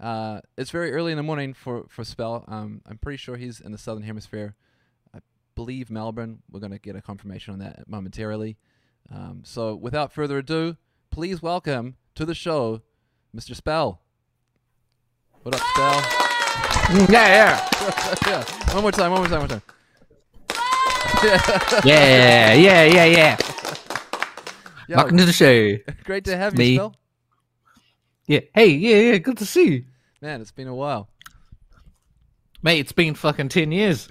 Uh, it's very early in the morning for for Spell. Um, I'm pretty sure he's in the southern hemisphere. I believe Melbourne. We're going to get a confirmation on that momentarily. Um, so without further ado, please welcome to the show, Mr. Spell. What up, Spell? Yeah, yeah, yeah. One more time. One more time. One more time. yeah, yeah, yeah, yeah. Yo, Welcome to the show. great to have you, me. Spell. Yeah, hey, yeah, yeah. Good to see you, Man, it's been a while. mate. It's been fucking ten years.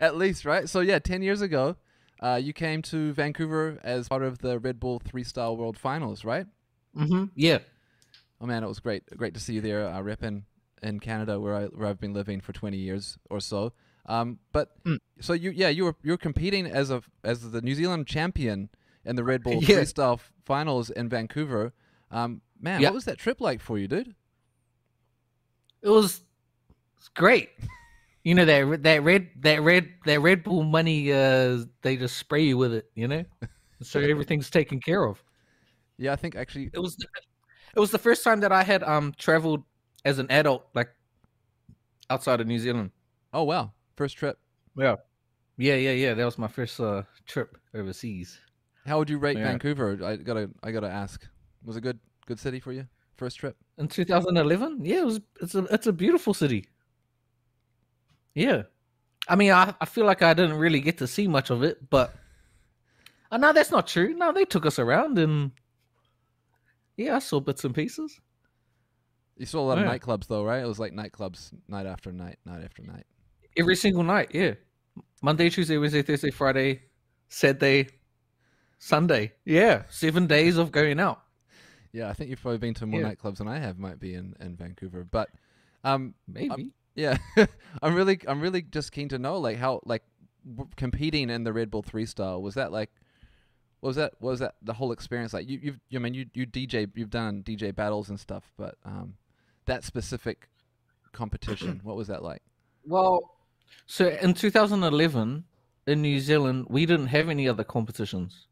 At least, right? So yeah, ten years ago, uh, you came to Vancouver as part of the Red Bull Three Star World Finals, right? mm-hmm. Yeah, Oh man, it was great. Great to see you there, uh, repping in Canada, where I where I've been living for twenty years or so. Um, but Hmm. so you, yeah, you were you were competing as a as the New Zealand champion in the Red Bull Yeah. Freestyle f- Finals in Vancouver. Um, man, Yeah. what was that trip like for you, dude? it was. It's great. You know that that red that red that Red Bull money. Uh, they just spray you with it. You know, so everything's taken care of. Yeah, I think actually, It was. It was the first time that I had um traveled as an adult, like outside of New Zealand. oh wow, first trip. Yeah. Yeah, yeah, yeah. That was my first uh, trip overseas. How would you rate Yeah. Vancouver? I gotta I gotta ask. Was it good good city for you? First trip? in 2011 yeah it was it's a it's a beautiful city yeah i mean i, I feel like i didn't really get to see much of it but uh, no that's not true no they took us around and yeah i saw bits and pieces You saw a lot Oh, Yeah. of nightclubs though, right? It was like nightclubs night after night, night after night. every single night yeah monday tuesday wednesday thursday friday saturday sunday yeah seven days of going out Yeah, I think you've probably been to more Yeah. nightclubs than I have might be in, in Vancouver. But um maybe yeah, I'm really I'm really just keen to know like how like w- competing in the Red Bull 3 style was that like what was that what was that the whole experience like you you've you I mean you you DJ you've done DJ battles and stuff, but um that specific competition, what was that like? Well, so in 2011 in New Zealand, we didn't have any other competitions.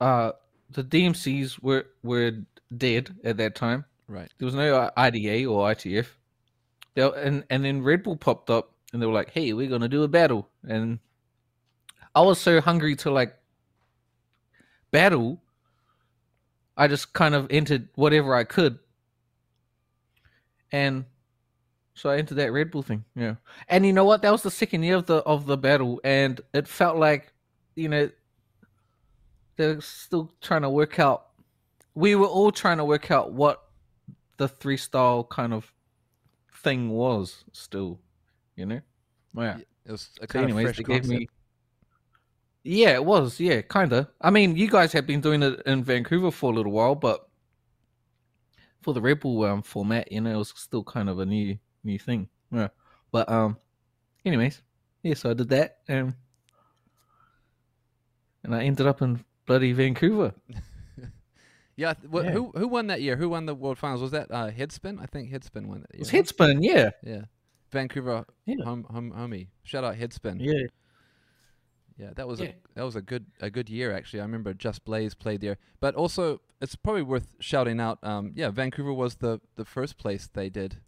Uh, the DMCs were were dead at that time. Right. There was no IDA or ITF. They were- and and then Red Bull popped up, and they were like, "Hey, we're gonna do a battle." And I was so hungry to like battle. I just kind of entered whatever I could, and so I entered that Red Bull thing. Yeah, and you know what? That was the second year of the of the battle, and it felt like you know they're still trying to work out. We were all trying to work out what the three style kind of thing was. Still, you know, yeah. It was a So kind anyways, of they fresh gave concept. me. Yeah, it was. Yeah, kinda. I mean, you guys have been doing it in Vancouver for a little while, but for the Red Bull um, format, you know, it was still kind of a new new thing. Yeah. But um, anyways, yeah. So I did that, um, and I ended up in bloody Vancouver. Yeah, I th- wh- Yeah. Who who won that year? Who won the world finals? Was that uh, Headspin? I think Headspin won that year. It was right? headspin. Yeah. Yeah, Vancouver Yeah. home home homie. Shout out Headspin. Yeah. Yeah, that was Yeah. a that was a good a good year actually. I remember Just Blaze played there, but also it's probably worth shouting out. Um, yeah, Vancouver was the the first place they did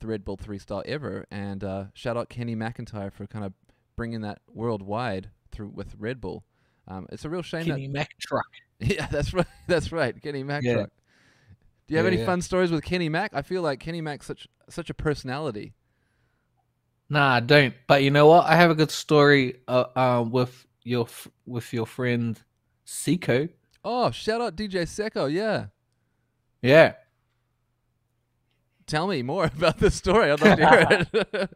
the Red Bull three star ever, and uh, shout out Kenny McIntyre for kind of bringing that worldwide through with Red Bull. Um, it's a real shame that Kenny Mac truck. yeah, that's right. That's right. Kenny Mack. Yeah. Truck. Do you have Yeah, any yeah. fun stories with Kenny Mack? I feel like Kenny Mack's such such a personality. Nah, I don't. But you know what? I have a good story. Uh, uh with your f- with your friend Seiko. Oh, shout out DJ Secco. Yeah. Yeah. Tell me more about this story. I'd love to hear it.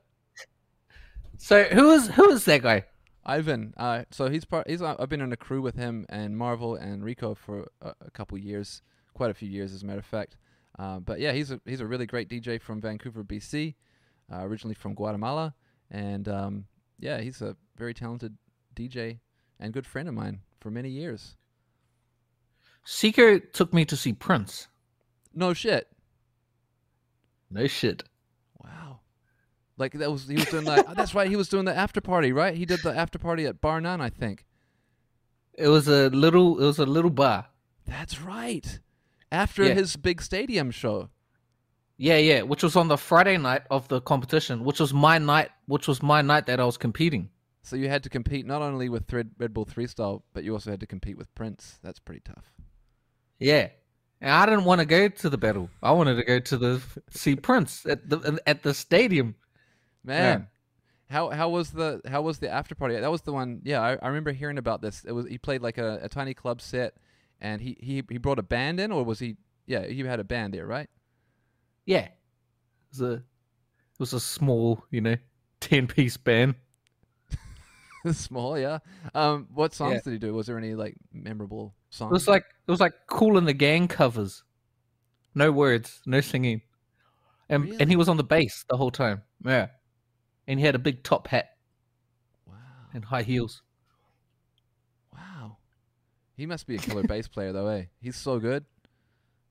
So who is who is that guy? Ivan. Uh, so he's part. He's. I've been on a crew with him and Marvel and Rico for a, a couple years, quite a few years, as a matter of fact. Uh, but yeah, he's a he's a really great DJ from Vancouver, BC, uh, originally from Guatemala, and um, yeah, he's a very talented DJ and good friend of mine for many years. Seiko took me to see Prince. No shit. No shit. Wow. Like that was he was doing like that's right he was doing the after party right he did the after party at Bar None I think It was a little. It was a little bar. that's right after Yeah. his big stadium show Yeah, yeah, which was on the Friday night of the competition, which was my night, which was my night that I was competing. So you had to compete not only with Thread, Red Bull Three Style, but you also had to compete with Prince. That's pretty tough. Yeah, and I didn't want to go to the battle. I wanted to go to the see Prince at the at the stadium. Man, how how was the how was the after party? That was the one. Yeah, I, I remember hearing about this. It was he played like a, a tiny club set, and he, he he brought a band in, or was he? Yeah, he had a band there, right? Yeah, it was a it was a small, you know, ten piece band. Small, yeah. Um, what songs Yeah. did he do? Was there any like memorable songs? It was like it was like cool in the gang covers. No words, no singing. And and he was on the bass the whole time. Yeah. And he had a big top hat wow, and high heels. wow. He must be a killer bass player though, eh? He's so good.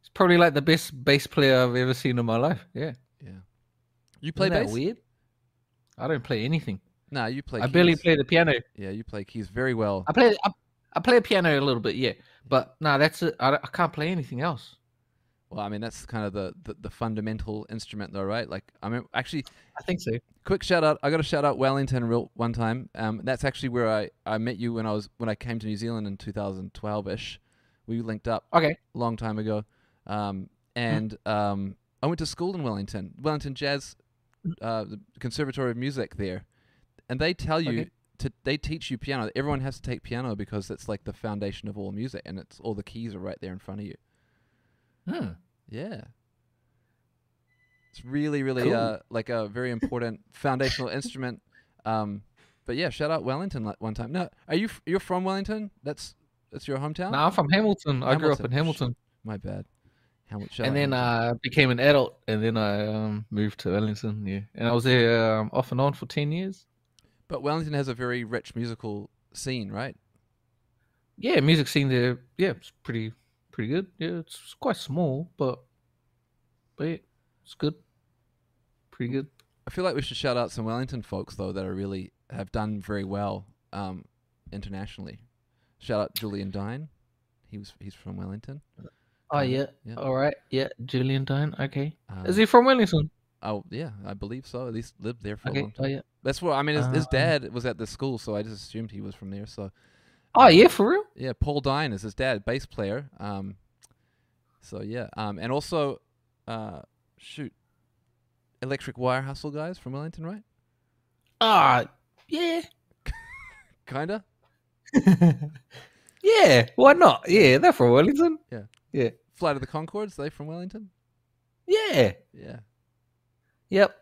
He's probably like the best bass player I've ever seen in my life. Yeah. Yeah. You play Isn't that bass? weird? I don't play anything. Nah, you play. I barely keys. play the piano. Yeah, you play keys very well. I play I, I play piano a little bit, yeah. But no, that's it. I, don't- I can't play anything else. Well, I mean that's kind of the, the, the fundamental instrument though, right? Like I mean actually I think so. quick shout out. I got to shout out Wellington real one time. Um, that's actually where I, I met you when I was when I came to New Zealand in 2012 ish. We linked up Okay. a long time ago, um, and um, I went to school in Wellington, Wellington Jazz uh, the Conservatory of Music there, and they tell you. Okay. To, they teach you piano. Everyone has to take piano because it's like the foundation of all music, and it's all the keys are right there in front of you. Hmm. Yeah. It's really, really Cool. uh, like a very important foundational instrument. Um, but yeah, shout out Wellington li- one time. Now, are you f- you're from Wellington? That's that's your hometown. No, I'm from Hamilton. I grew up in Hamilton. Hamilton. My bad. Hamilton. shout and out then Hamilton. I became an adult, and then I um, moved to Wellington. Yeah, and I was there um, off and on for ten years. but Wellington has a very rich musical scene, right? Yeah, music scene there. Yeah, it's pretty pretty good. Yeah, it's, it's quite small, but but yeah, it's good. Pretty good. I feel like we should shout out some Wellington folks though that are really have done very well um, internationally. Shout out Julian Dine. He was he's from Wellington. Oh Um, yeah. yeah. All right. Yeah, Julian Dine. Okay. Um, Is he from Wellington? Oh yeah, I believe so. At least lived there for a Okay. long time. Oh yeah. That's what I mean. His, his Um, dad was at the school, so I just assumed he was from there. So Oh yeah, for real. yeah, Paul Dine is his dad, bass player. Um, so yeah, um, and also, uh, shoot, Electric Wire Hustle guys from Wellington, right? Ah, yeah. Kinda. yeah. Why not? Yeah, they're from Wellington. Flight of the Concords, they from Wellington? Yeah. Yeah, Yep.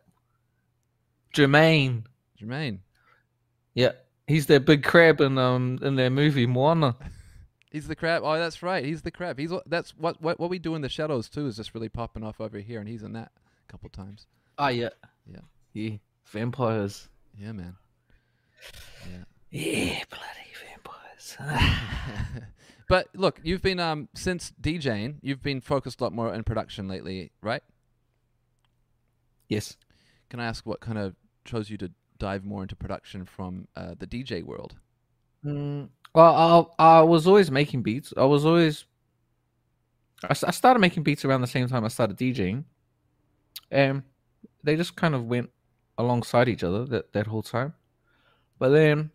Jermaine. Jermaine. Yeah, he's their big crab in um in their movie Moana. He's the crab. Oh, that's right. He's the crab. He's what- that's what what what we do in the shadows too is just really popping off over here, and he's in that a couple times. Oh yeah, Yeah. yeah, vampires. Yeah, man. Yeah. Yeah, bloody vampires. but look, you've been um since DJing, you've been focused a lot more in production lately, right? yes. Can I ask what kind of chose you to dive more into production from uh, the DJ world? Mm, well, I I was always making beats. I was always. I, s- I started making beats around the same time I started DJing. Um, they just kind of went alongside each other that that whole time, but then,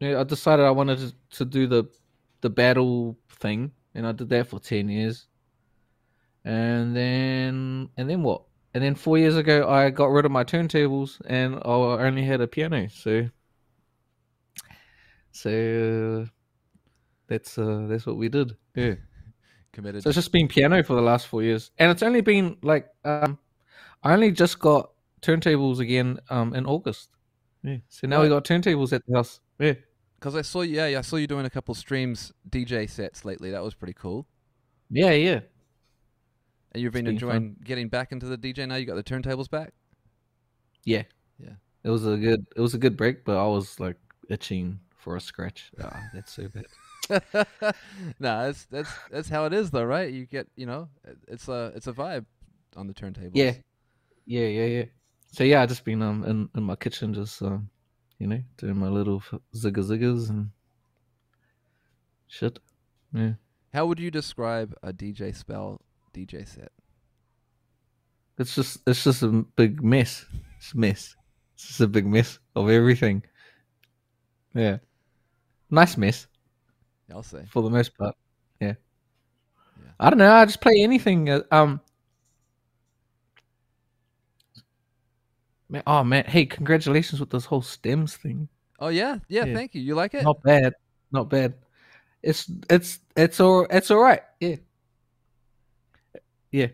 yeah, I decided I wanted to, to do the the battle thing, and I did that for ten years. And then and then what? And then four years ago, I got rid of my turntables, and I only had a piano. So so uh, that's uh, that's what we did. Yeah. Committed. So it's just been piano for the last four years, and it's only been like um, I only just got turntables again um in August. Yeah. So now we got turntables at the house. Yeah. Because I saw you, yeah, yeah, I saw you doing a couple streams DJ sets lately. That was pretty cool. Yeah. Yeah. And you've been, It's been fun. enjoying getting back into the DJ now. You got the turntables back. Yeah. Yeah. It was a good. It was a good break, but I was like itching for a scratch. Ah, that's so bad. nah, that's that's that's how it is though, right? You get, you know, it's a it's a vibe on the turntables. Yeah. Yeah. Yeah. Yeah. So yeah, I just been um in, in my kitchen, just um, you know, doing my little f- zigga ziggas and shit. Yeah. How would you describe a DJ spell DJ set? It's just it's just a big mess. It's a mess. It's just a big mess of everything. Yeah. Nice mess I'll say. for the most part. Yeah. Yeah. I don't know. I just play anything. uh, Um. Man, oh man! Hey, congratulations with this whole stems thing. Oh yeah, yeah. Yeah. Thank you. You like it? Not bad. Not bad. It's it's it's all it's all right. Yeah. Yeah.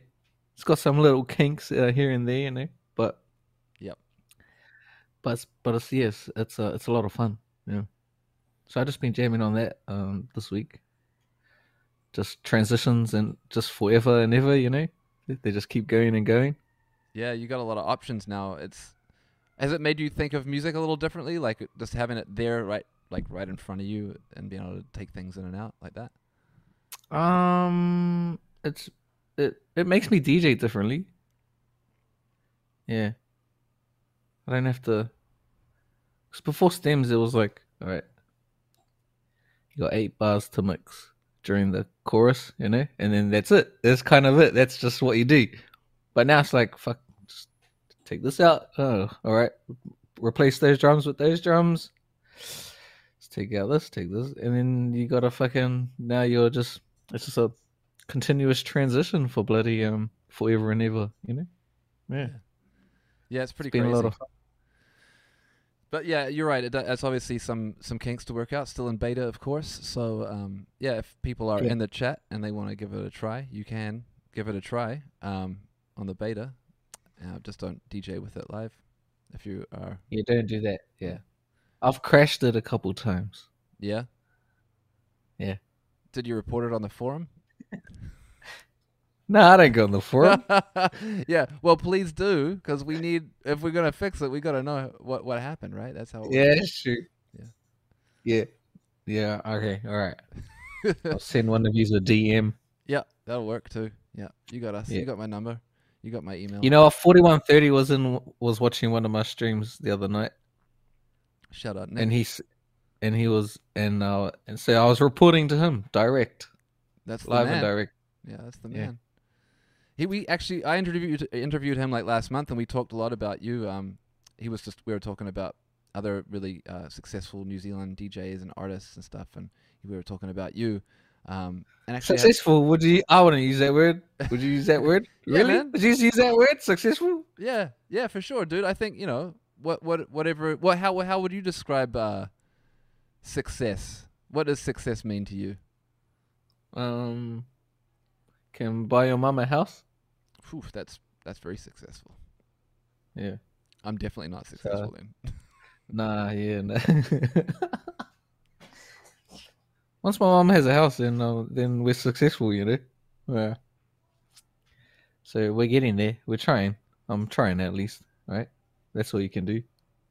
It's got some little kinks uh, here and there, you know, but Yep. But it's, but it's yes, it's a it's a lot of fun. Yeah. So I just been jamming on that um this week. Just transitions and just forever and ever, you know. They just keep going and going. Yeah, you got a lot of options now. It's has it made you think of music a little differently? Like uh, just having it there, right, like right in front of you, and being able to take things in and out like that. Um, it's it it makes me DJ differently. Yeah, I don't have to. Cause before stems, it was like, all right, you got eight bars to mix during the chorus, you know, and then that's it. That's kind of it. That's just what you do. But now it's like, fuck, just take this out. Oh, all right, replace those drums with those drums. Let's take out this, take this, and then you got to fucking. Now you're just it's just a continuous transition for bloody um forever and ever, you know. Yeah, Yeah, it's pretty been crazy. a lot of fun. But yeah, you're right. It, do- it's obviously some some kinks to work out. Still in beta, of course. So um, yeah, if people are Yeah. in the chat and they want to give it a try, you can give it a try um, on the beta. Uh, just don't DJ with it live. If you are, Yeah, don't do that. Yeah, I've crashed it a couple times. yeah, Yeah. Did you report it on the forum? No, I don't go on the forum. yeah. Well, please do, because we need. If we're gonna fix it, we gotta know what what happened, right? That's how. It yeah, shoot. Yeah. yeah, yeah. Okay, all right. I'll Works. send one of you a DM. yeah, that'll work too. Yeah, you got us. Yeah. You got my number. You got my email. You know, forty one thirty was in was watching one of my streams the other night. Shout out, Nick. and he's and he was and uh and so I was reporting to him direct, that's the live man. and direct. Yeah, that's the Yeah. man. He we actually I interviewed interviewed him like last month, and we talked a lot about you. Um, he was just we were talking about other really uh, successful New Zealand DJs and artists and stuff, and we were talking about you. Um, and actually, had- Successful? Would you? I wouldn't use that word. Would you use that word? Yeah, really? man. Would you use that word? Successful? Yeah, yeah, for sure, dude. I think you know what, what, whatever. What, how, how would you describe uh, success? What does success mean to you? Um, can buy your mum a house? Phew, that's that's very successful. Yeah. I'm definitely not successful then. Nah. Yeah. No. Once my mum has a house, then uh, then we're successful. You know. Yeah. So we're getting there. We're trying. I'm trying at least. Right. That's all you can do.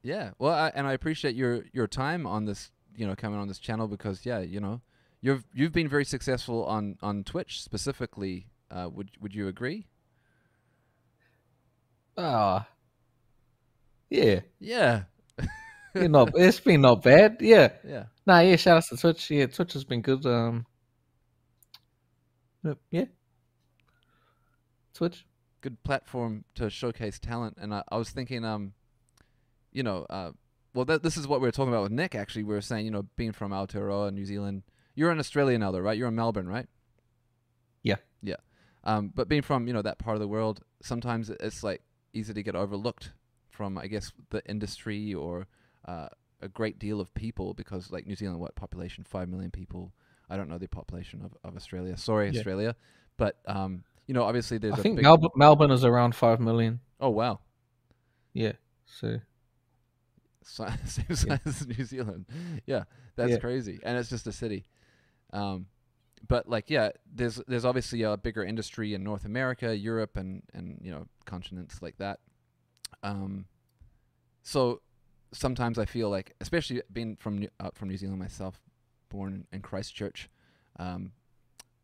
Yeah. Well, I, and I appreciate your your time on this, you know, coming on this channel because yeah, you know, you've you've been very successful on on Twitch specifically. Uh, would would you agree? Ah. Yeah. Yeah. Yeah, not, it's been not bad. Yeah. Yeah. Nah, yeah, shout out to Twitch. Yeah, Twitch has been good. Um yep, yeah. Twitch. good platform to showcase talent. And I, I was thinking, um, you know, uh, well, that, this is what we were talking about with Nick. Actually, we were saying, you know, being from Aotearoa, New Zealand, you're in Australia now, though, right? You're in Melbourne, right? Yeah. yeah. Um, but being from you know that part of the world, sometimes it- it's like easy to get overlooked from, I guess, the industry or uh, a great deal of people because, like, New Zealand, what population? Five million people. I don't know the population of, of Australia. Sorry, Yeah. Australia. But um, you know, obviously there's I a think big Melbourne, Melbourne is around five million. Oh wow, Yeah. So Si- same size as New Zealand. Yeah, that's Yeah. crazy, and it's just a city. Um, but like, yeah, there's there's obviously a bigger industry in North America, Europe, and and you know continents like that. Um, so sometimes I feel like, especially being from New, uh, from New Zealand myself, born in, in Christchurch, um,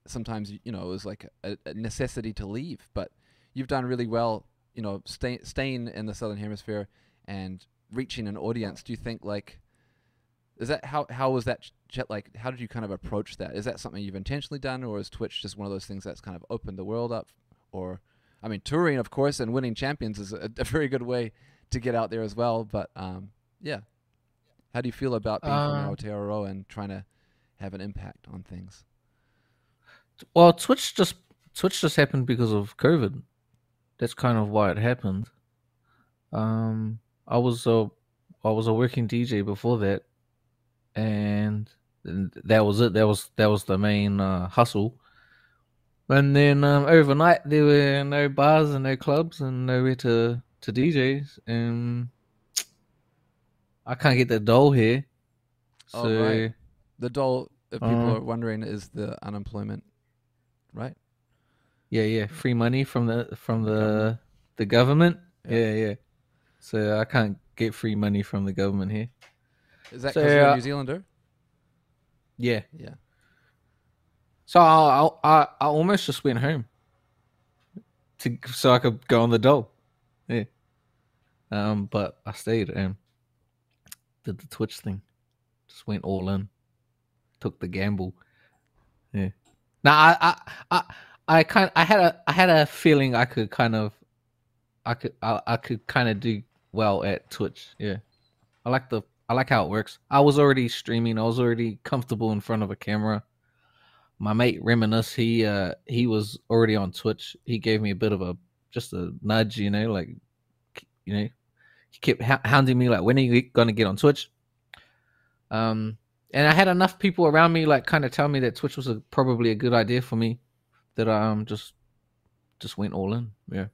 sometimes y- you know it was like a, a necessity to leave. But you've done really well, you know, stay, staying in the Southern Hemisphere and reaching an audience. Do you think like is that how how was that ch- like how did you kind of approach that? Is that something you've intentionally done, or is Twitch just one of those things that's kind of opened the world up? Or I mean, touring, of course, and winning champions is a, a very good way to get out there as well. But um, yeah, how do you feel about being from Um, Aotearoa and trying to have an impact on things? Well, Twitch just Twitch just happened because of COVID. That's kind of why it happened. Um, I was a I was a working DJ before that, and that was it. That was that was the main uh, hustle. And then um, overnight, there were no bars and no clubs and nowhere to to DJ. And I can't get the doll here, so Oh, right. The dole, if people Uh, are wondering, is the unemployment, right? Yeah, yeah, free money from the from Mm-hmm. the the government. Yeah. Yeah, yeah. So I can't get free money from the government here. Is that So, because you're a uh, New Zealander? Yeah. Yeah. So I I I, I almost just went home to so I could go on the dole. Yeah. Um, but I stayed and did the Twitch thing. Just went all in, took the gamble. Yeah. Now I I I, I kind I had a I had a feeling I could kind of I could I, I could kind of do well at Twitch. Yeah. I like the I like how it works. I was already streaming. I was already comfortable in front of a camera. My mate Reminisce, he uh he was already on Twitch. He gave me a bit of a just a nudge, you know, like you know, he kept hou- hounding me like, when are you gonna get on Twitch? Um, and I had enough people around me like kind of tell me that Twitch was a, probably a good idea for me, that I um just just went all in. Yeah.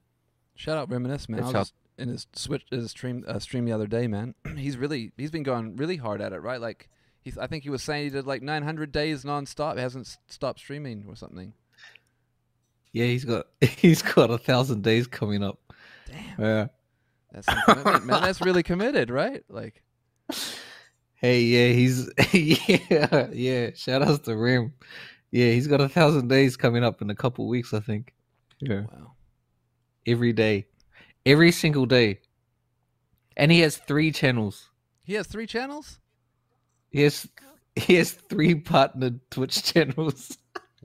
Shout out Reminisce, man. I That's was how- just in his switch his stream uh, stream the other day, man. he's really he's been going really hard at it, right? Like he's I think he was saying he did like 900 days nonstop. He hasn't s- stopped streaming or something. Yeah, he's got he's got a thousand days coming up. Damn, Yeah. that's some commitment, man. That's really committed, right? Like Hey, yeah, he's yeah, yeah. Shout outs to Rim. Yeah, he's got a thousand days coming up in a couple weeks, I think. Yeah. wow. Every day. Every single day. And he has three channels. He has three channels. He has he has three partnered Twitch channels.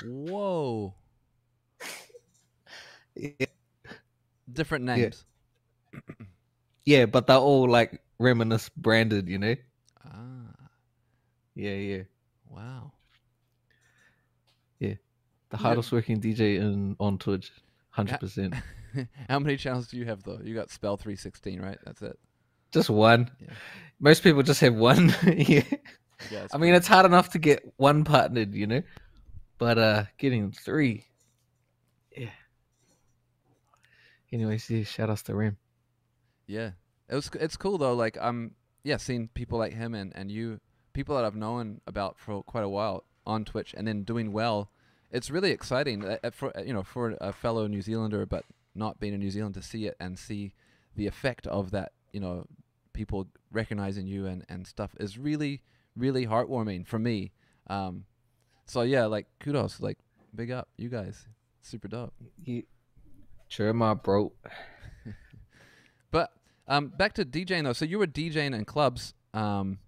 Whoa, Yeah. different names. Yeah, but they're all like reminisce branded, you know? Ah, Yeah, yeah. wow. The Yeah. hardest working DJ in on Twitch. Hundred percent. How many channels do you have though? You got Spell 316, right? That's it. Just one. Yeah. Most people just have one. yeah. Yeah, it's I mean, pretty- it's hard enough to get one partnered, you know, but uh, getting three, yeah. Anyways, yeah, shout outs to Ram. Yeah, it was. It's cool though. Like I'm, yeah, seeing people like him and and you, people that I've known about for quite a while on Twitch, and then doing well. It's really exciting uh, uh, for uh, you know for a fellow New Zealander, but not being a New Zealand to see it and see the effect of that. You know, people recognizing you and and stuff is really really heartwarming for me. Um, so yeah, like kudos, like big up you guys, super dope. Yeah. Sure, my bro. But um, back to DJing though. So you were DJing in clubs. Um,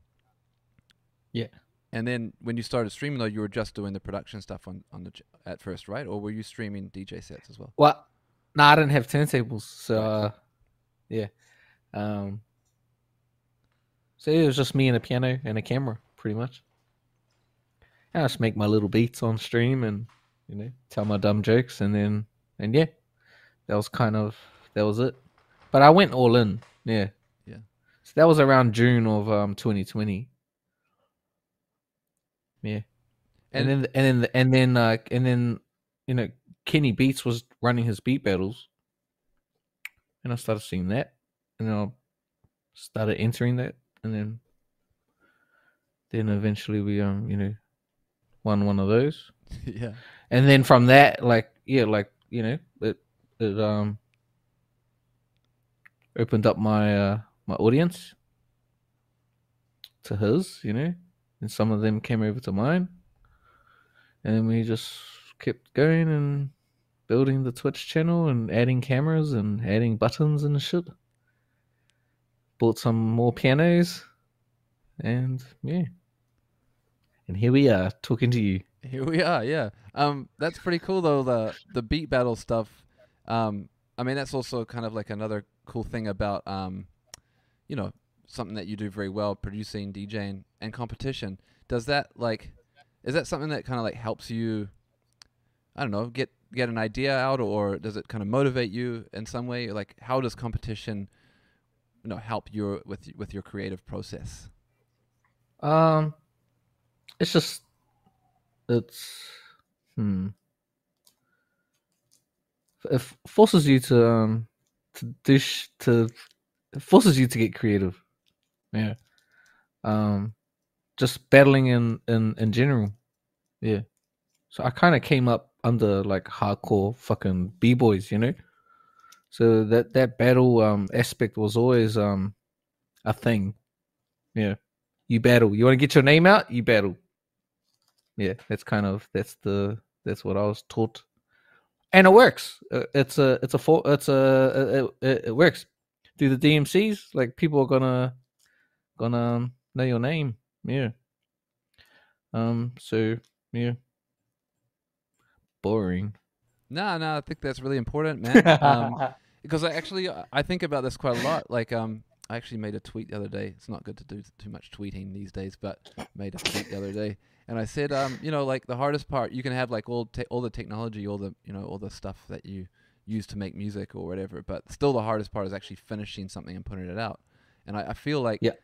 Yeah. And then when you started streaming though, you were just doing the production stuff on on the ch- at first, right? Or were you streaming DJ sets as well? Well, no, I didn't have turntables, so uh, yeah. Um, so it was just me and a piano and a camera, pretty much. And I just make my little beats on stream and you know tell my dumb jokes, and then and yeah, that was kind of that was it. But I went all in, yeah, Yeah. So that was around June of um 2020. Yeah, and, then and then and then uh, and then you know Kenny Beats was running his beat battles, and I started seeing that, and then I started entering that, and then then eventually we um you know won one of those, yeah. and then from that like yeah like you know it it um opened up my uh my audience to his you know and some of them came over to mine and we just kept going and building the twitch channel and adding cameras and adding buttons and shit bought some more pianos and yeah and here we are talking to you Here we are. Yeah. Um, that's pretty cool though. The the beat battle stuff. Um, I mean, that's also kind of like another cool thing about, um, you know, something that you do very well, producing, DJing, and competition. Does that like, is that something that kind of like helps you? I don't know, get get an idea out, or does it kind of motivate you in some way? Like, how does competition, you know, help your with with your creative process? Um, it's just it's hmm. It forces you to um to do sh- to it forces you to get creative. Yeah. Um, just battling in in in general. Yeah. So I kind of came up under like hardcore fucking b boys, you know. So that that battle um aspect was always um a thing. Yeah. You battle. You want to get your name out? You battle yeah that's kind of that's the that's what i was taught and it works Uh, it's a it's a for it's a it, it works do the dmcs like people are gonna gonna know your name yeah um so yeah boring No, no, I think that's really important, man. um, because I actually I think about this quite a lot. Like, um, I actually made a tweet the other day. It's not good to do too much tweeting these days, but made a tweet the other day, and I said, um, you know, like the hardest part, you can have like all te- all the technology, all the you know, all the stuff that you use to make music or whatever, but still the hardest part is actually finishing something and putting it out. And I, I feel like, Yeah.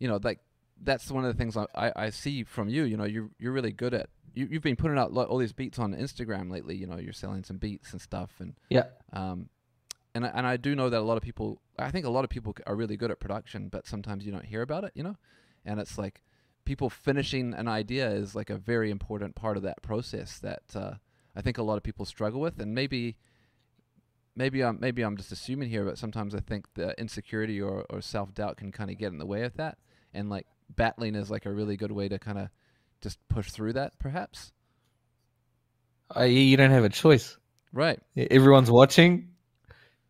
you know, like that's one of the things I, I, I see from you. You know, you're you're really good at you, you've been putting out lo- all these beats on Instagram lately. You know, you're selling some beats and stuff, and yeah um, and I, and I do know that a lot of people, I think a lot of people are really good at production, but sometimes you don't hear about it, you know. And it's like people finishing an idea is like a very important part of that process that uh, I think a lot of people struggle with, and maybe. Maybe I'm maybe I'm just assuming here, but sometimes I think the insecurity or, or self doubt can kind of get in the way of that, and like battling is like a really good way to kind of just push through that, perhaps. I, you don't have a choice Right? Yeah, everyone's watching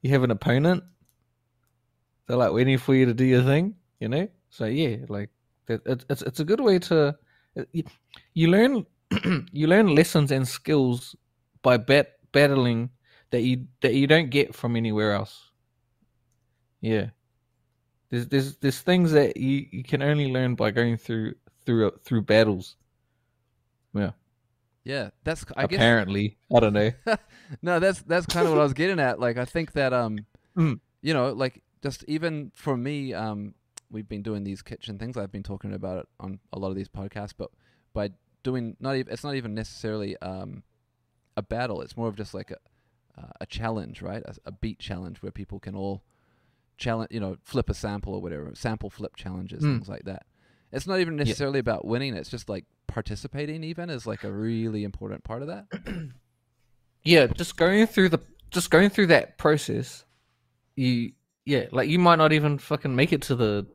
you have an opponent they're like waiting for you to do your thing you know so yeah like that it, it's it's a good way to you, you learn you learn lessons and skills by bat, battling that you that you don't get from anywhere else yeah there's there's there's things that you, you can only learn by going through through through battles Yeah, that's I guess apparently i don't know no, that's that's kind of what I was getting at. Like, I think that um, Mm. you know, like just even for me, um, we've been doing these kitchen things. I've been talking about it on a lot of these podcasts, but by doing not even it's not even necessarily um, a battle. It's more of just like a uh, a challenge, right? A, a beat challenge where people can all challenge, you know, flip a sample or whatever, sample flip challenges, Mm. things like that. It's not even necessarily about winning. It's just like participating. Even is like a really important part of that. yeah just going through the just going through that process you yeah like you might not even fucking make it to the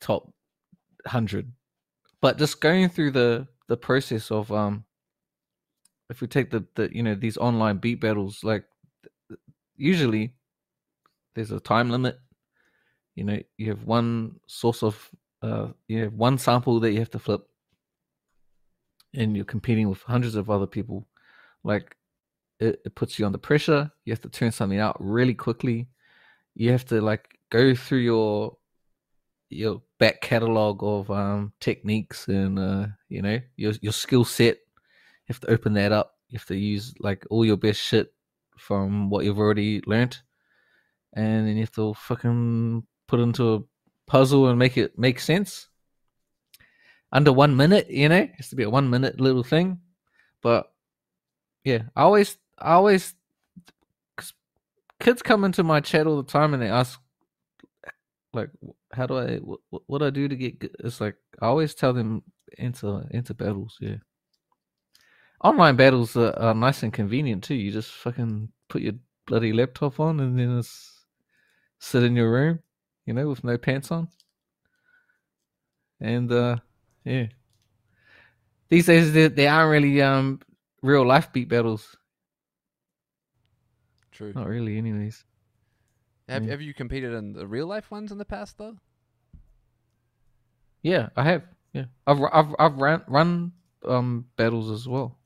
top 100 but just going through the the process of um if we take the, the you know these online beat battles like th- usually there's a time limit you know you have one source of uh you have one sample that you have to flip and you're competing with hundreds of other people like it, it puts you under pressure. You have to turn something out really quickly. You have to like go through your your back catalog of um, techniques and uh, you know your your skill set. You have to open that up. You have to use like all your best shit from what you've already learnt, and then you have to fucking put into a puzzle and make it make sense. Under one minute, you know, it has to be a one minute little thing, but yeah, I always, I always, 'cause kids come into my chat all the time and they ask, like, how do I, what, what do I do to get? Good? It's like I always tell them into into battles. Yeah, online battles are, are nice and convenient too. You just fucking put your bloody laptop on and then it's sit in your room, you know, with no pants on. And uh yeah, these days there, there aren't really um real life beat battles. True. Not really, anyways. Have, Yeah. have you competed in the real life ones in the past though? Yeah, I have. Yeah, I've ru- I've I've ran run um battles as well.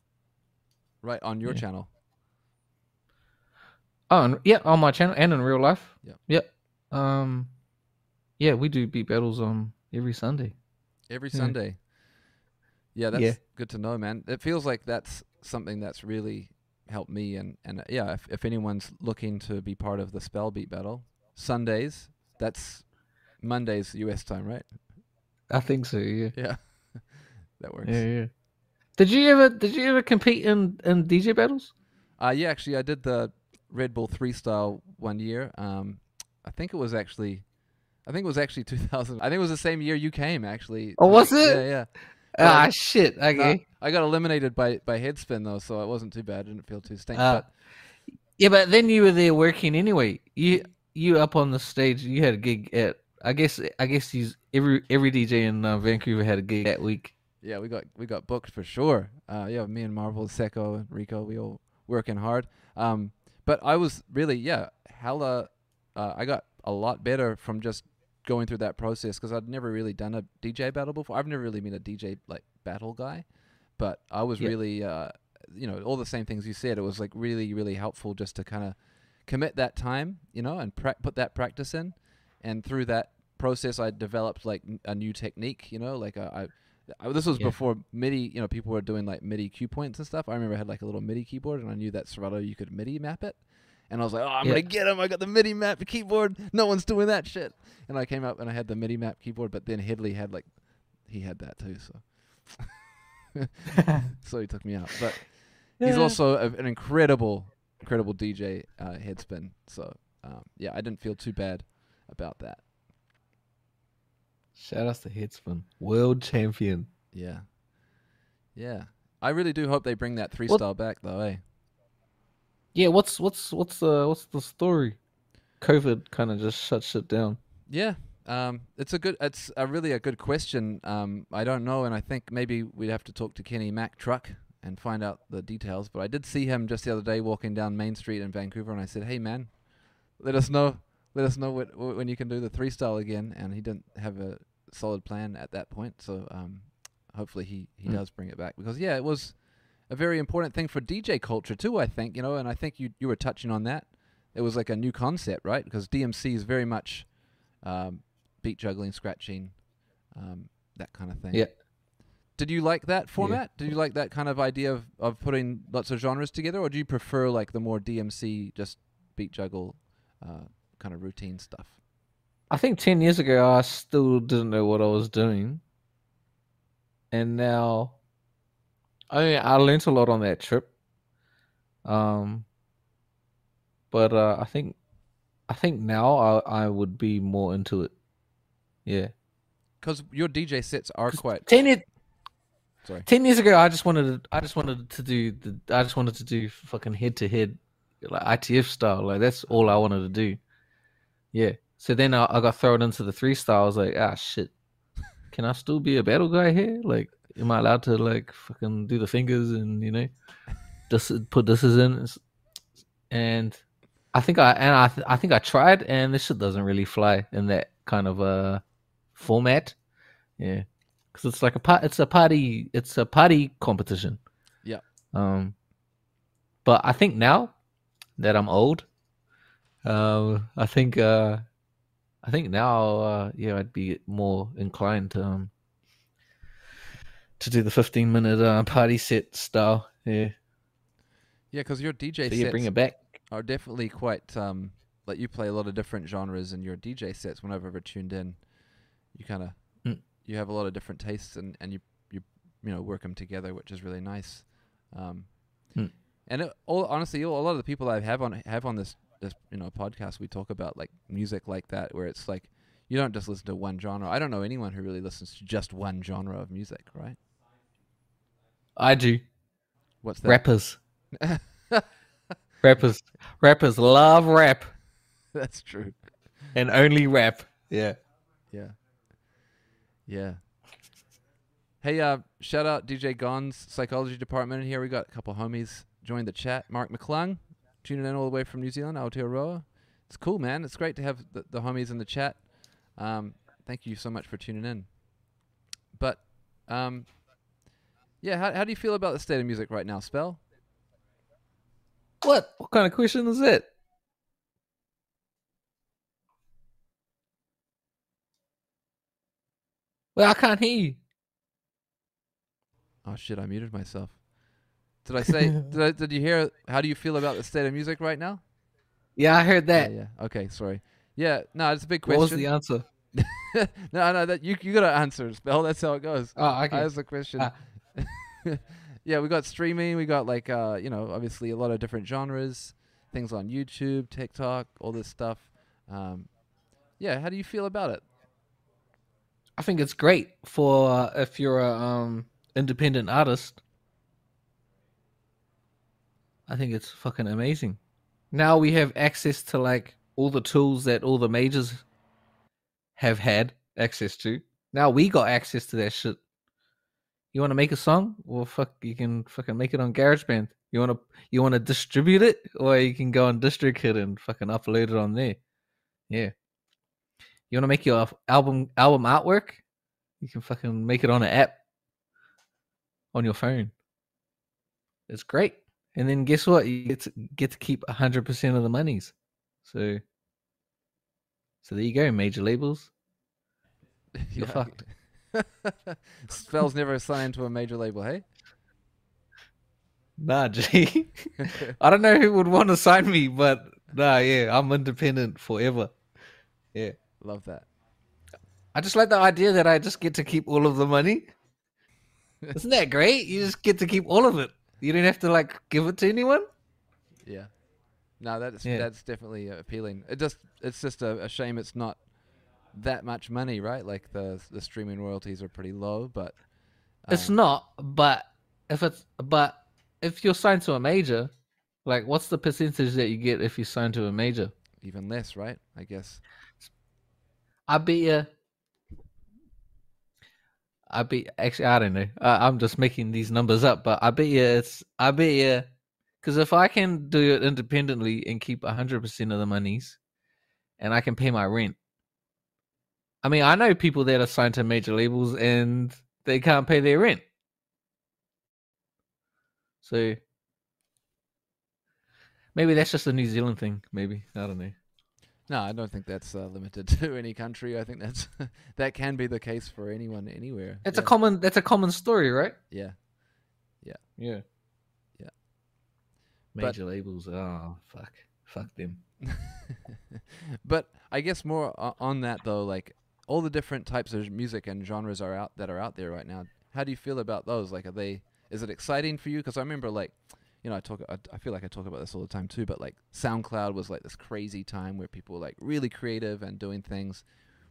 Right on your Yeah. channel. Oh, and, yeah, on my channel and in real life. Yeah. Yep. Um, yeah, we do beat battles on every Sunday. every Yeah. Sunday. Yeah, that's Yeah. good to know, man. It feels like that's something that's really helped me. And, and uh, yeah, if, if anyone's looking to be part of the spell beat battle, Sundays, that's Mondays US time, right? I think so. Yeah. Yeah, that works. Yeah. Yeah. Did you ever did you ever compete in in DJ battles? Uh, yeah, actually, I did the Red Bull Three style one year. Um, I think it was actually, I think it was actually 2000. I think it was the same year you came, actually. Oh, to- was it? Yeah, yeah. Ah, Um, shit. Okay. No, I got eliminated by by headspin though, so it wasn't too bad. I didn't feel too stink. Ah. but Yeah, but then you were there working anyway. You you up on the stage. You had a gig at. I guess I guess he's every every DJ in uh, Vancouver had a gig that week. yeah, we got we got booked for sure. Uh, yeah, me and Marvel, Seko, and Rico, we all working hard. Um, but I was really yeah, hella. Uh, I got a lot better from just going through that process because I'd never really done a DJ battle before. I've never really been a DJ like battle guy, but I was Yeah. really uh, you know all the same things you said. It was like really really helpful just to kind of commit that time, you know, and prac put that practice in. And through that process, I developed like n- a new technique, you know, like uh, I, I, I this was Yeah. before MIDI, you know, people were doing like MIDI cue points and stuff. I remember I had like a little MIDI keyboard and I knew that Serato you could MIDI map it. And I was like, oh, I'm Yeah. going to get him. I got the MIDI map keyboard. No one's doing that shit. And I came up and I had the MIDI map keyboard, but then Headley had like, he had that too. So, so he took me out. But he's Yeah. also a, an incredible, incredible DJ uh, headspin. So um, yeah, I didn't feel too bad about that. Shout out to Headspin, world champion. Yeah, yeah. I really do hope they bring that three Well- star back though. Eh? Yeah, what's what's what's uh what's the story? COVID kind of just shut shit down. Yeah. Um, it's a good. It's a really a good question. Um, I don't know, and I think maybe we'd have to talk to Kenny Mack Truck and find out the details. But I did see him just the other day walking down Main Street in Vancouver, and I said, "Hey, man, let us know. Let us know what, when you can do the three style again." And he didn't have a solid plan at that point. So um, hopefully he he Mm. does bring it back because yeah, it was a very important thing for DJ culture too. I think you know, and I think you you were touching on that. It was like a new concept, right? Because DMC is very much um, beat juggling, scratching, um, that kind of thing. Yeah. Did you like that format? Did you like that kind of idea of, of putting lots of genres together, or do you prefer like the more DMC just beat juggle uh, kind of routine stuff? I think ten years ago I still didn't know what I was doing, and now, I mean, I learnt a lot on that trip. Um, but uh, I think, I think now I I would be more into it. Yeah, Because your DJ sets are 'Cause quite ten years sorry. ten years ago I just wanted to I just wanted to do the I just wanted to do fucking head to head like ITF style like that's all I wanted to do. Yeah. So then I, I got thrown into the three style. I was like, ah shit, can I still be a battle guy here? Like, am I allowed to like fucking do the fingers and you know, this put this is in It's- and. I think I and I, th- I think I tried and this shit doesn't really fly in that kind of uh format, yeah because it's like a par- it's a party it's a party competition. Yeah. Um, but I think now that I'm old, um, I think uh, I think now uh, yeah, I'd be more inclined to um, to do the 15 minute uh, party set style. Yeah, Yeah, because your DJ so sets yeah, bring it back. are definitely quite um, like you play a lot of different genres in your DJ sets. When I've ever tuned in, you kind of Mm. you have a lot of different tastes and and you you you know work them together, which is really nice. Um, Mm. And it, all honestly, all, a lot of the people I have on have on this this you know podcast, we talk about like music like that, where it's like you don't just listen to one genre. I don't know anyone who really listens to just one genre of music, right? I do What's that? rappers, rappers, rappers love rap That's true. and only rap. Yeah. Yeah. Yeah. Hey, uh, shout out DJ Gon's psychology department in here. We got a couple homies join the chat. Mark McClung, tuning in all the way from New Zealand, Aotearoa. It's cool, man. It's great to have the, the homies in the chat. Um, thank you so much for tuning in. But, um, yeah, how, how do you feel about the state of music right now, Spell? What? What kind of question is that? Well, I can't hear you. Oh shit! I muted myself. Did I say? did, I, did you hear? How do you feel about the state of music right now? Yeah, I heard Yeah, that. yeah. Okay, sorry. Yeah, no, it's a big what question. was the answer? no, no, that you you gotta answer, spell. That's how it goes. Oh, okay. Uh. That's the question. yeah, we got streaming. We got like uh, you know, obviously a lot of different genres, things on YouTube, TikTok, all this stuff. Um, yeah, how do you feel about it? I think it's great for uh, if you're a um independent artist. I think it's fucking amazing. Now we have access to like all the tools that all the majors have had access to. Now we got access to that shit. You want to make a song? Well, fuck, you can fucking make it on GarageBand. You want to you want to distribute it, or you can go on DistroKid and fucking upload it on there. Yeah. You want to make your album album artwork? You can fucking make it on an app on your phone. It's great. And then guess what? You get to, get to keep 100% of the monies. So So there you go, major labels. You're fucked. Spell's never signed to a major label, hey? Nah, G. I don't know who would want to sign me, but nah, yeah, I'm independent forever. Love that. I just like the idea that I just get to keep all of the money. Isn't that great? You just get to keep all of it. You don't have to like give it to anyone. Yeah. No, that's Yeah. that's definitely uh, appealing. It just it's just a, a shame it's not that much money, right? Like the the streaming royalties are pretty low, but It's um, not, but if it's but if you're signed to a major, like what's the percentage that you get if you sign to a major? even less, right? I guess. I bet you. I bet actually I don't know. I, I'm just making these numbers up, but I bet you it's I bet you because if I can do it independently and keep 100 percent of the monies, and I can pay my rent. I mean, I know people that are signed to major labels and they can't pay their rent. So maybe that's just a New Zealand thing. Maybe I don't know. No, I don't think that's uh, limited to any country. I think that's that can be the case for anyone anywhere. That's yeah. a common. That's a common story, right? yeah. Yeah. Yeah. Major labels. Oh, fuck. Fuck them. but I guess more o- on that though, like all the different types of music and genres are out that are out there right now. How do you feel about those? Like, are they? Is it exciting for you? Because I remember, like, you know, I talk. I, I feel like I talk about this all the time too. But like, SoundCloud was like this crazy time where people were like really creative and doing things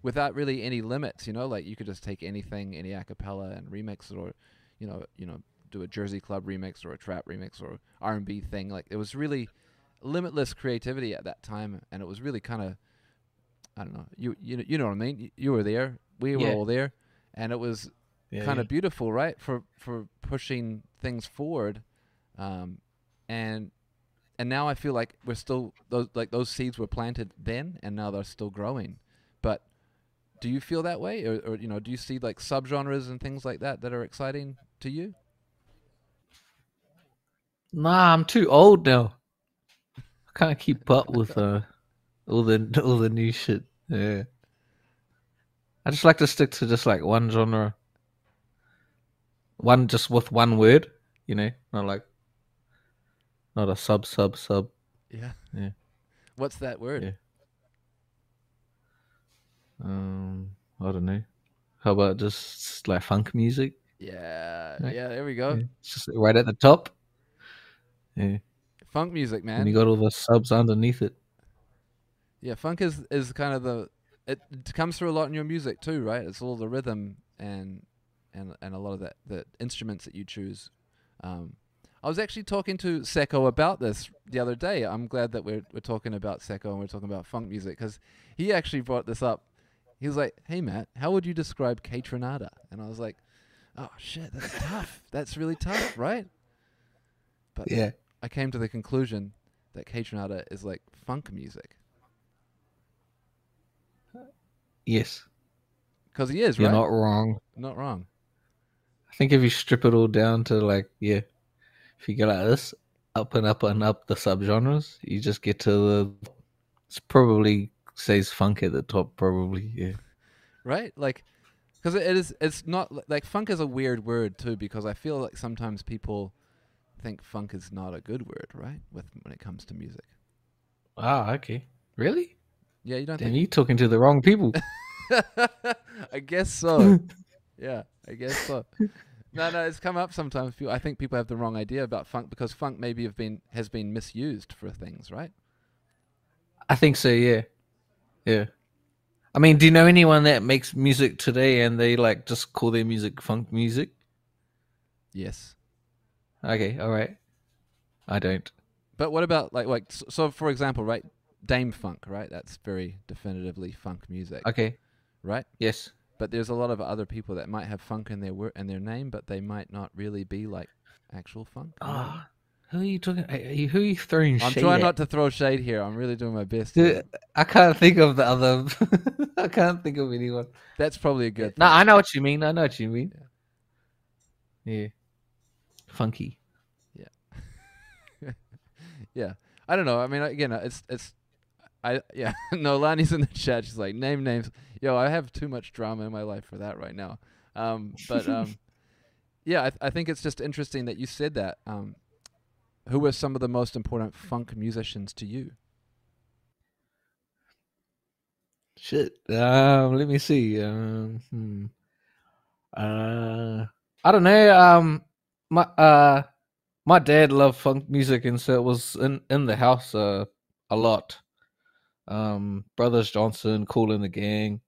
without really any limits. You know, like you could just take anything, any a cappella, and remix it, or you know, you know, do a Jersey Club remix or a trap remix or R and B thing. Like, it was really limitless creativity at that time, and it was really kind of I don't know. You you know, you know what I mean. You- You were there. We were Yeah. all there, and it was kind of beautiful, right? For for pushing things forward, um, and and now I feel like we're still those like those seeds were planted then, and now they're still growing. But do you feel that way, or, or you know, do you see like subgenres and things like that that are exciting to you? Nah, I'm too old now. I can't keep up with uh all the all the new shit. Yeah. I just like to stick to just like one genre. One just with one word, you know, not like not a sub sub sub. Yeah. Yeah. What's that word? Yeah. Um, I don't know. How about just like funk music? Yeah. Right. yeah, There we go. Yeah, It's just right at the top. Yeah. Funk music, man. And you got all the subs underneath it. Yeah, funk is is kind of the it, it comes through a lot in your music too, right? It's all the rhythm and and and a lot of that the instruments that you choose. Um, I was actually talking to Seko about this the other day. I'm glad that we're we're talking about Seko and we're talking about funk music because he actually brought this up. He was like, "Hey Matt, how would you describe Catronada?" And I was like, "Oh shit, that's tough. That's really tough, right?" But Yeah. I came to the conclusion that Catronada is like funk music. Yes. Because he is, You're right? not wrong. Not wrong. I think if you strip it all down to like, yeah, if you go like this, up and up and up the subgenres, you just get to the. It's probably says funk at the top, probably. Yeah. Right? Like because it is it's not li- like funk is a weird word too because I feel like sometimes people think funk is not a good word, right? With when it comes to music. Ah, okay. Really? Yeah, you don't Then think. you talking to the wrong people. I guess so. yeah, I guess so. No, no, it's come up sometimes. People- I think people have the wrong idea about funk because funk maybe have been has been misused for things, right? I think so, yeah. Yeah. I mean, do you know anyone that makes music today and they like just call their music funk music? Yes. Okay, all right. I don't. But what about like like so, so for example, right? Dame funk, right? That's very definitively funk music, Okay. right? Yes. But there's a lot of other people that might have funk in their wor- in their name, but they might not really be like actual funk. you know? Ah, who are you talking? Are you, who are you throwing I'm shade trying at? not to throw shade here. I'm really doing my best. Dude, here. I can't think of the other. I can't think of anyone. That's probably a good. No, thing. I know what you mean. I know what you mean. Yeah. Funky. Yeah, I don't know. I mean, again, uh, it's it's, I yeah. no, Lani's in the chat. She's like, name names. Yo, I have too much drama in my life for that right now. Um, but um, yeah, I, th- I think it's just interesting that you said that. Um, who were some of the most important funk musicians to you? Shit. Um, let me see. Um, hmm. uh, I don't know. Um, my uh, my dad loved funk music, and so it was in in the house uh, a lot. Um, Brothers Johnson, Cool in the Gang,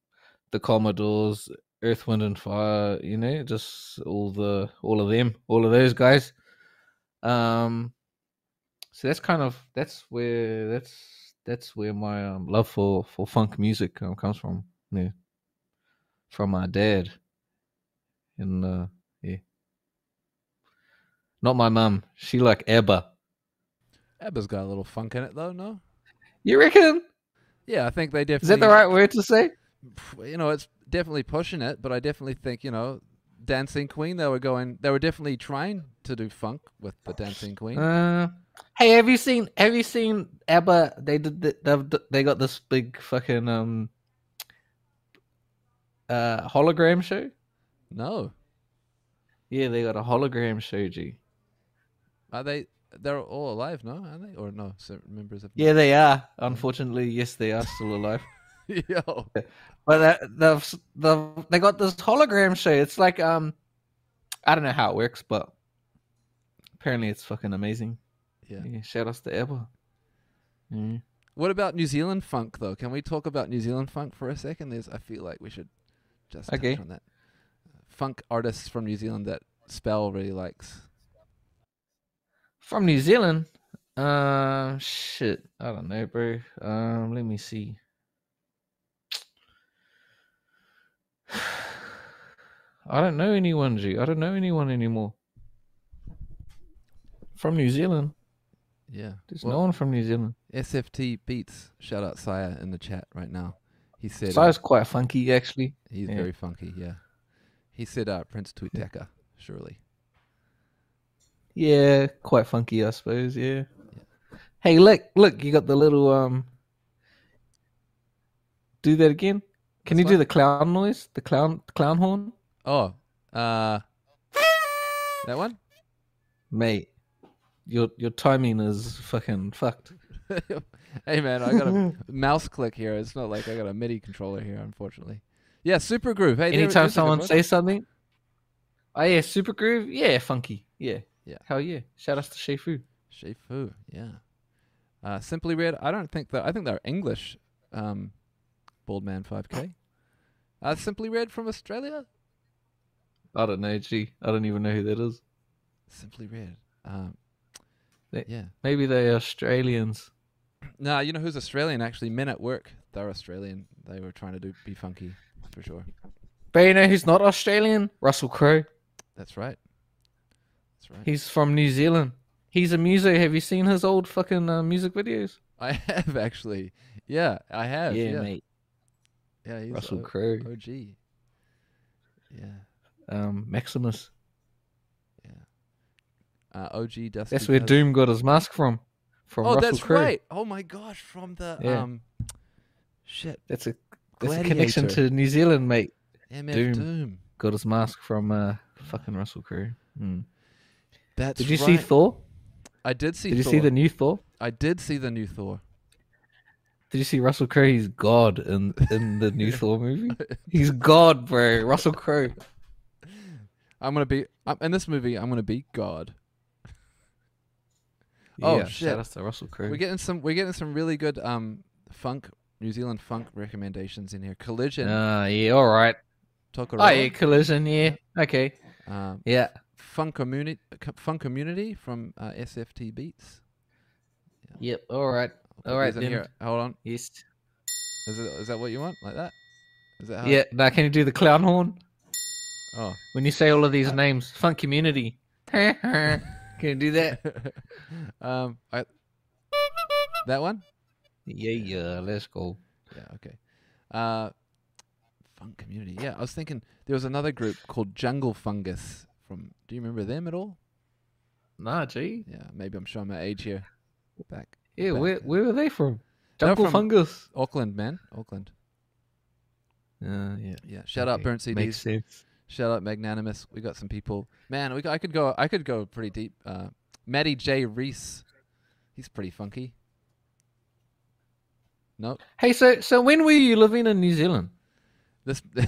the Commodores, Earth, Wind and Fire. You know, just all the all of them, all of those guys. Um, so that's kind of that's where that's that's where my um, love for for funk music um, comes from yeah from my dad and uh yeah not my mum she like ebba Abba's got a little funk in it though, no? you reckon Yeah, I think they definitely. is that the right word to say pff, you know, it's definitely pushing it, but I definitely think, you know, Dancing Queen, they were going, they were definitely trying to do funk with the Dancing Queen. uh hey have you seen have you seen ebba they did th- they've, d- they got this big fucking um uh hologram show no, yeah they got a hologram show g are they? They're all alive, no? Are they? Or no? So members of Yeah, they are. Unfortunately, yes, they are still alive. Yo, But they've, they've they got this hologram show. It's like um, I don't know how it works, but apparently it's fucking amazing. yeah. Yeah, shout outs to Ebba. Yeah. What about New Zealand funk though? Can we talk about New Zealand funk for a second? There's, I feel like we should just Okay. touch on that. Uh, Funk artists from New Zealand that Spell really likes. From New Zealand. Um, shit, I don't know, bro. Um, let me see. I don't know anyone, G. I don't know anyone anymore. From New Zealand. Yeah, There's Well, no one from New Zealand. SFT Beats. Shout out Saya in the chat right now. He said, uh, Sire's quite funky, actually. He's Yeah. very funky, yeah. He said uh, Prince Tuiteka, surely. Yeah, quite funky, I suppose. Yeah. Hey, look, look, you got the little um. Do that again. Can That's you do fine. the clown noise? The clown, clown horn, Oh, uh, that one? mate. Your your timing is fucking fucked. hey man, I got a mouse click here. It's not like I got a MIDI controller here, unfortunately. Yeah, Super Groove. Hey, there it Anytime is, a good someone one. says something. Oh yeah, super groove. Yeah, funky. Yeah. Yeah. Hell yeah! Shout outs to Shefu. Shifu, yeah. Uh, Simply Red. I don't think that. I think they're English. Um, Bald Man 5K. Uh, Simply Red from Australia. I don't know, gee. I don't even know who that is. Simply Red. Um, They- yeah. Maybe they are Australians. Nah, you know who's Australian actually? Men at Work. They're Australian. They were trying to do be funky for sure. But you know who's not Australian? Russell Crowe. That's right. That's right. He's from New Zealand. He's a muso. Have you seen his old fucking uh, music videos? I have actually. Yeah, I have. Yeah, yeah. mate. he's uh, Russell O- Crowe, OG. Yeah, um, Maximus. yeah. Uh, OG Dusty. That's where Does. Doom got his mask from. From Oh, Russell that's Crowe. right. Oh my gosh, from the Yeah. um, shit. That's a that's a connection Gladiator. to New Zealand, mate. MF Doom. Doom. Got his mask from uh, fucking Russell Crowe. Mm. That's Did you right. see Thor? I did see. Did you Thor. see the new Thor? I did see the new Thor. Did you see Russell Crowe? He's God in in the new Thor movie. He's God, bro. Russell Crowe. I'm gonna be I'm, in this movie. I'm gonna be God. Oh, yeah, shit. Shout out to Russell Crowe. We're getting some. We're getting some really good um funk New Zealand funk recommendations in here. Collision. Ah, yeah, all right. Tokoroa. Oh, yeah, collision. Yeah, okay. Um, Yeah, funk community. Funk community from uh, SFT Beats. yep. All right. I'll put All right, these in then. here. Hold on. Yes. Is it? Is that what you want? Like that? Is that? How Yeah. Now, can you do the clown horn Oh. when you say all of these names? Funk community. can you do that? um. I, that one. Yeah, yeah. Let's go. Yeah, okay. Uh, funk community. Yeah, I was thinking there was another group called Jungle Fungus from. Do you remember them at all? Nah, gee. Yeah, maybe I'm showing my age here. Back Yeah. Back Where then. where were they from? They're Jungle from- fungus. Auckland, man, Auckland. Uh, yeah. Yeah, shout out Okay, Burnt CDs. Makes sense. Shout out Magnanimous. We got some people. Man, we got, I could go. I could go pretty deep. Uh, Matty J Reese. He's pretty funky. Nope. Hey, so so when were you living in New Zealand? This.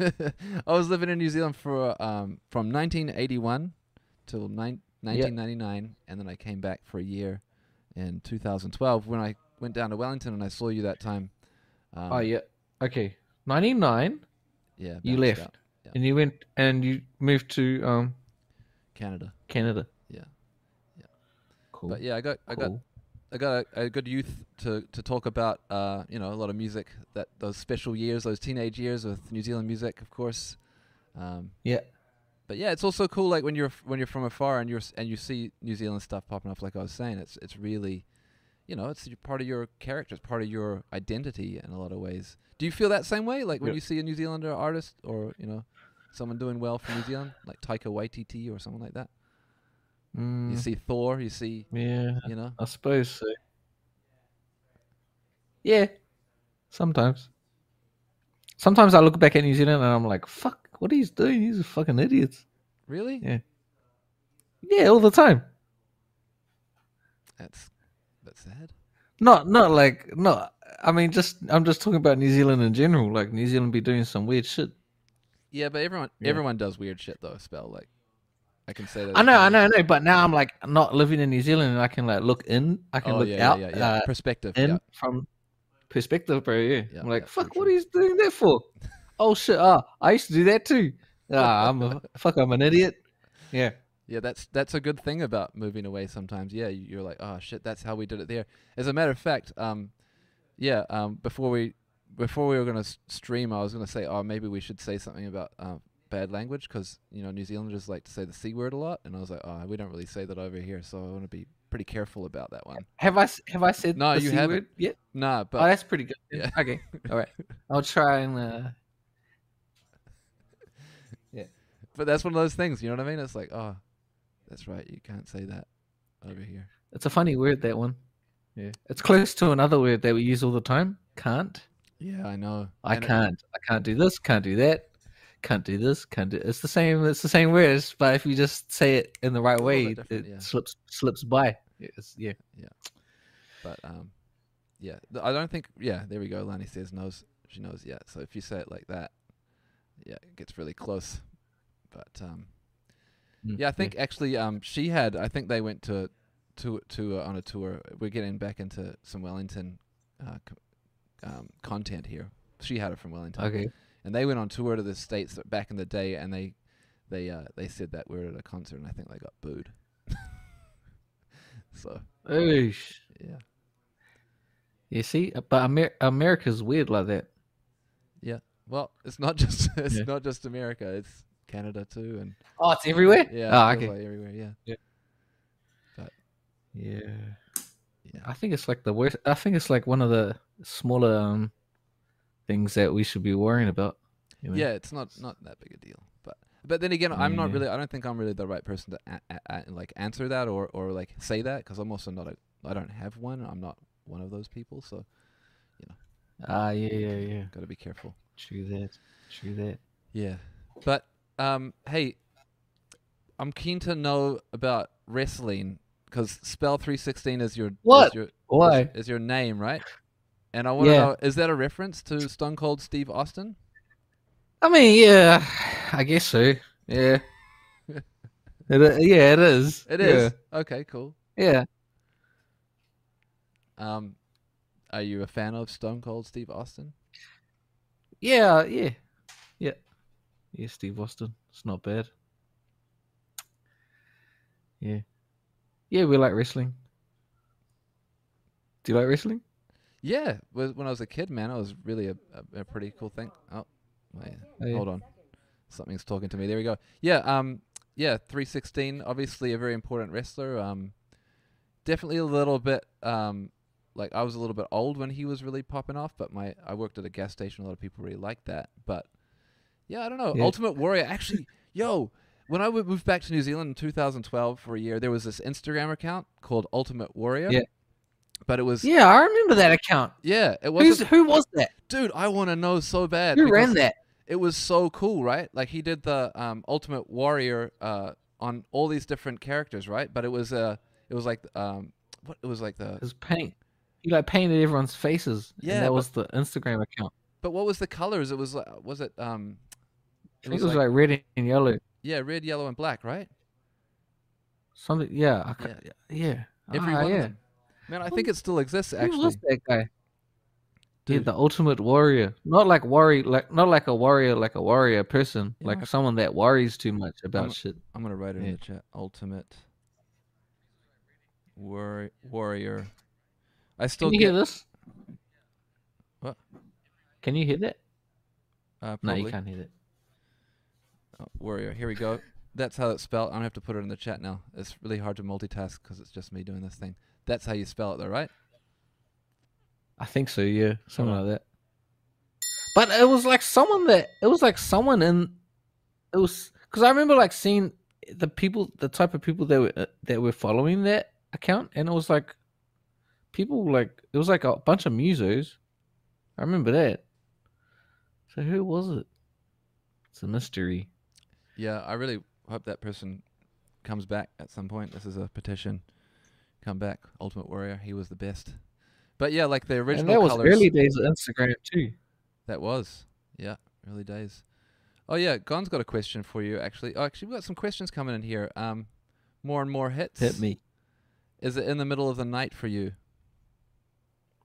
I was living in New Zealand for um, from 1981 till nine, 1999, and then I came back for a year in 2012 when I went down to Wellington and I saw you that time. Um, oh yeah. Okay. Ninety nine, yeah. you bounced left, out. Yeah. and you went and you moved to um Canada. Canada. Yeah. Yeah. Cool. But yeah, I got I got cool. I got a, a good youth to, to talk about, uh, you know, a lot of music that those special years, those teenage years with New Zealand music, of course. Um, Yeah. but yeah, it's also cool, like when you're f- when you're from afar and you're s- and you see New Zealand stuff popping off, like I was saying, it's it's really, you know, it's y- part of your character, it's part of your identity in a lot of ways. Do you feel that same way, like when Yeah. you see a New Zealander artist or you know, someone doing well from New Zealand, like Taika Waititi or someone like that? You Mm, see Thor, you see, yeah. you know, I suppose so. Yeah. Sometimes. Sometimes I look back at New Zealand and I'm like, fuck, what are you doing? These are fucking idiots. really, Yeah. Yeah, all the time. that's that's sad. Not not like not I mean just I'm just talking about New Zealand in general. Like New Zealand be doing some weird shit. Yeah, but everyone Yeah. everyone does weird shit though. Spell like I can say that. I as know, I well. know, I know, but now I'm like not living in New Zealand and I can like look in, I can Oh look yeah, yeah, out yeah, yeah. uh, Perspective. in yeah. from perspective, bro. Yeah, Yeah, I'm like, yeah, true, fuck, true. what are you doing that for? oh shit, ah, I used to do that too. Ah, I'm a fuck, I'm an idiot. Yeah, Yeah, that's that's a good thing about moving away sometimes. Yeah, you- you're like, oh shit, that's how we did it there. As a matter of fact, um, yeah, um, before we before we were gonna s- stream, I was gonna say, oh, maybe we should say something about um, bad language because you know New Zealanders like to say the c word a lot, and I was like, oh, we don't really say that over here, so I want to be pretty careful about that one. have I s- have I said No, the you C haven't, word yet? Nah, oh, but that's pretty good. then. Yeah. Okay, all right, I'll try and. Uh... but that's one of those things, you know what I mean? It's like, oh, that's right, you can't say that over here. It's a funny word that one. Yeah. it's close to another word that we use all the time. Can't Yeah, I know. I And it- can't I can't do this. Can't do that. Can't do this. Can't do. It's the same. It's the same words, but if you just say it in the right little way, bit it different, yeah. slips slips by. It's, yeah. But um, yeah, th- I don't think. Yeah, there we go. Lani says knows she knows. Yeah, so if you say it like that, yeah, it gets really close. But um, Mm, yeah, I think actually um, she had. I think they went to to to uh, on a tour. We're getting back into some Wellington uh, c- um, content here. She had it from Wellington. Okay. and they went on tour to the states back in the day, and they they uh, they said that we were at a concert, and I think they got booed. so Oosh. yeah. You see, but Amer- America's weird like that. Well, it's not just it's Yeah. not just America. It's Canada too, and Oh, it's everywhere. yeah, Oh, it feels okay. like everywhere. Yeah, yeah. Yeah. I think it's like the worst. I think it's like one of the smaller um, things that we should be worrying about. you know? yeah. It's not not that big a deal, but but then again, I'm not Yeah. really. I don't think I'm really the right person to a- a- a- like answer that or or like say that because I'm also not a. I don't have one. I'm not one of those people. So Ah, yeah, yeah, yeah. Got to be careful. True that. True that. Yeah, but um, hey, I'm keen to know about wrestling because Spell Three Sixteen is your What? Is your, Why? is your name, right? And I want to Yeah. know is that a reference to Stone Cold Steve Austin? I mean, yeah, I guess so. Yeah. it, i- yeah, it is. It is. Okay, cool. Yeah. yeah. Um, are you a fan of Stone Cold Steve Austin? Yeah, yeah, yeah, yeah. Steve Austin, it's not bad. Yeah, yeah, we like wrestling. Do you like wrestling? Yeah, wh- when I was a kid, man, it was really a, a, a pretty cool thing. Oh, wait, Oh, yeah. hold on, something's talking to me. There we go. Yeah, um, yeah, three sixteen, obviously a very important wrestler. Um, definitely a little bit, um, like I was a little bit old when he was really popping off, but my I worked at a gas station. A lot of people really liked that, but yeah, I don't know. Yeah. Ultimate Warrior, actually, yo. When I w- moved back to New Zealand in 2012 for a year, there was this Instagram account called Ultimate Warrior. Yeah. But it was yeah, Yeah, I remember that account. it wasn't Who's, who was that? dude, I want to know so bad. Who because ran that? It was so cool, right? Like he did the um, Ultimate Warrior uh, on all these different characters, right? But it was uh, it was like um, what it was like the. His paint. He like painted everyone's faces. Yeah, and that but- was the Instagram account. But what was the colors? It was uh, was it um, I think it was like, red and yellow. yeah, red, yellow, and black, right? Something. Yeah, I ca- yeah. Every Ah, one of yeah. them. Man, I Who- think it still exists Who was actually. that guy? Dude. Yeah, the ultimate warrior. Not like worry, like not like a warrior, like a warrior person, Yeah, like I- someone that worries too much about I'm- shit. I'm gonna write it in Yeah. the chat. Ultimate Warri- Warrior. I still Can you get hear this? What? Can you hear that? uh, No, probably. you can't hear that. Oh, Warrior. Here we go. That's how it's spelled. I'm gonna have to put it in the chat now. It's really hard to multitask because it's just me doing this thing. That's how you spell it, though, right? I think so. Yeah, something on. like that. But it was like someone that it was like someone in it was because I remember like seeing the people, the type of people that were uh, that were following that account, and it was like people like it was like a bunch of musos. I remember that. So who was it? It's a mystery. Yeah. I really hope that person comes back at some point. This is a petition. Come back, Ultimate Warrior. He was the best. But yeah, like the original and that was colors. early days of Instagram too. That was. Yeah, early days. Oh yeah, Gon's got a question for you actually. Oh, actually we've got some questions coming in here. Um more and more hits. Hit me. Is it in the middle of the night for you?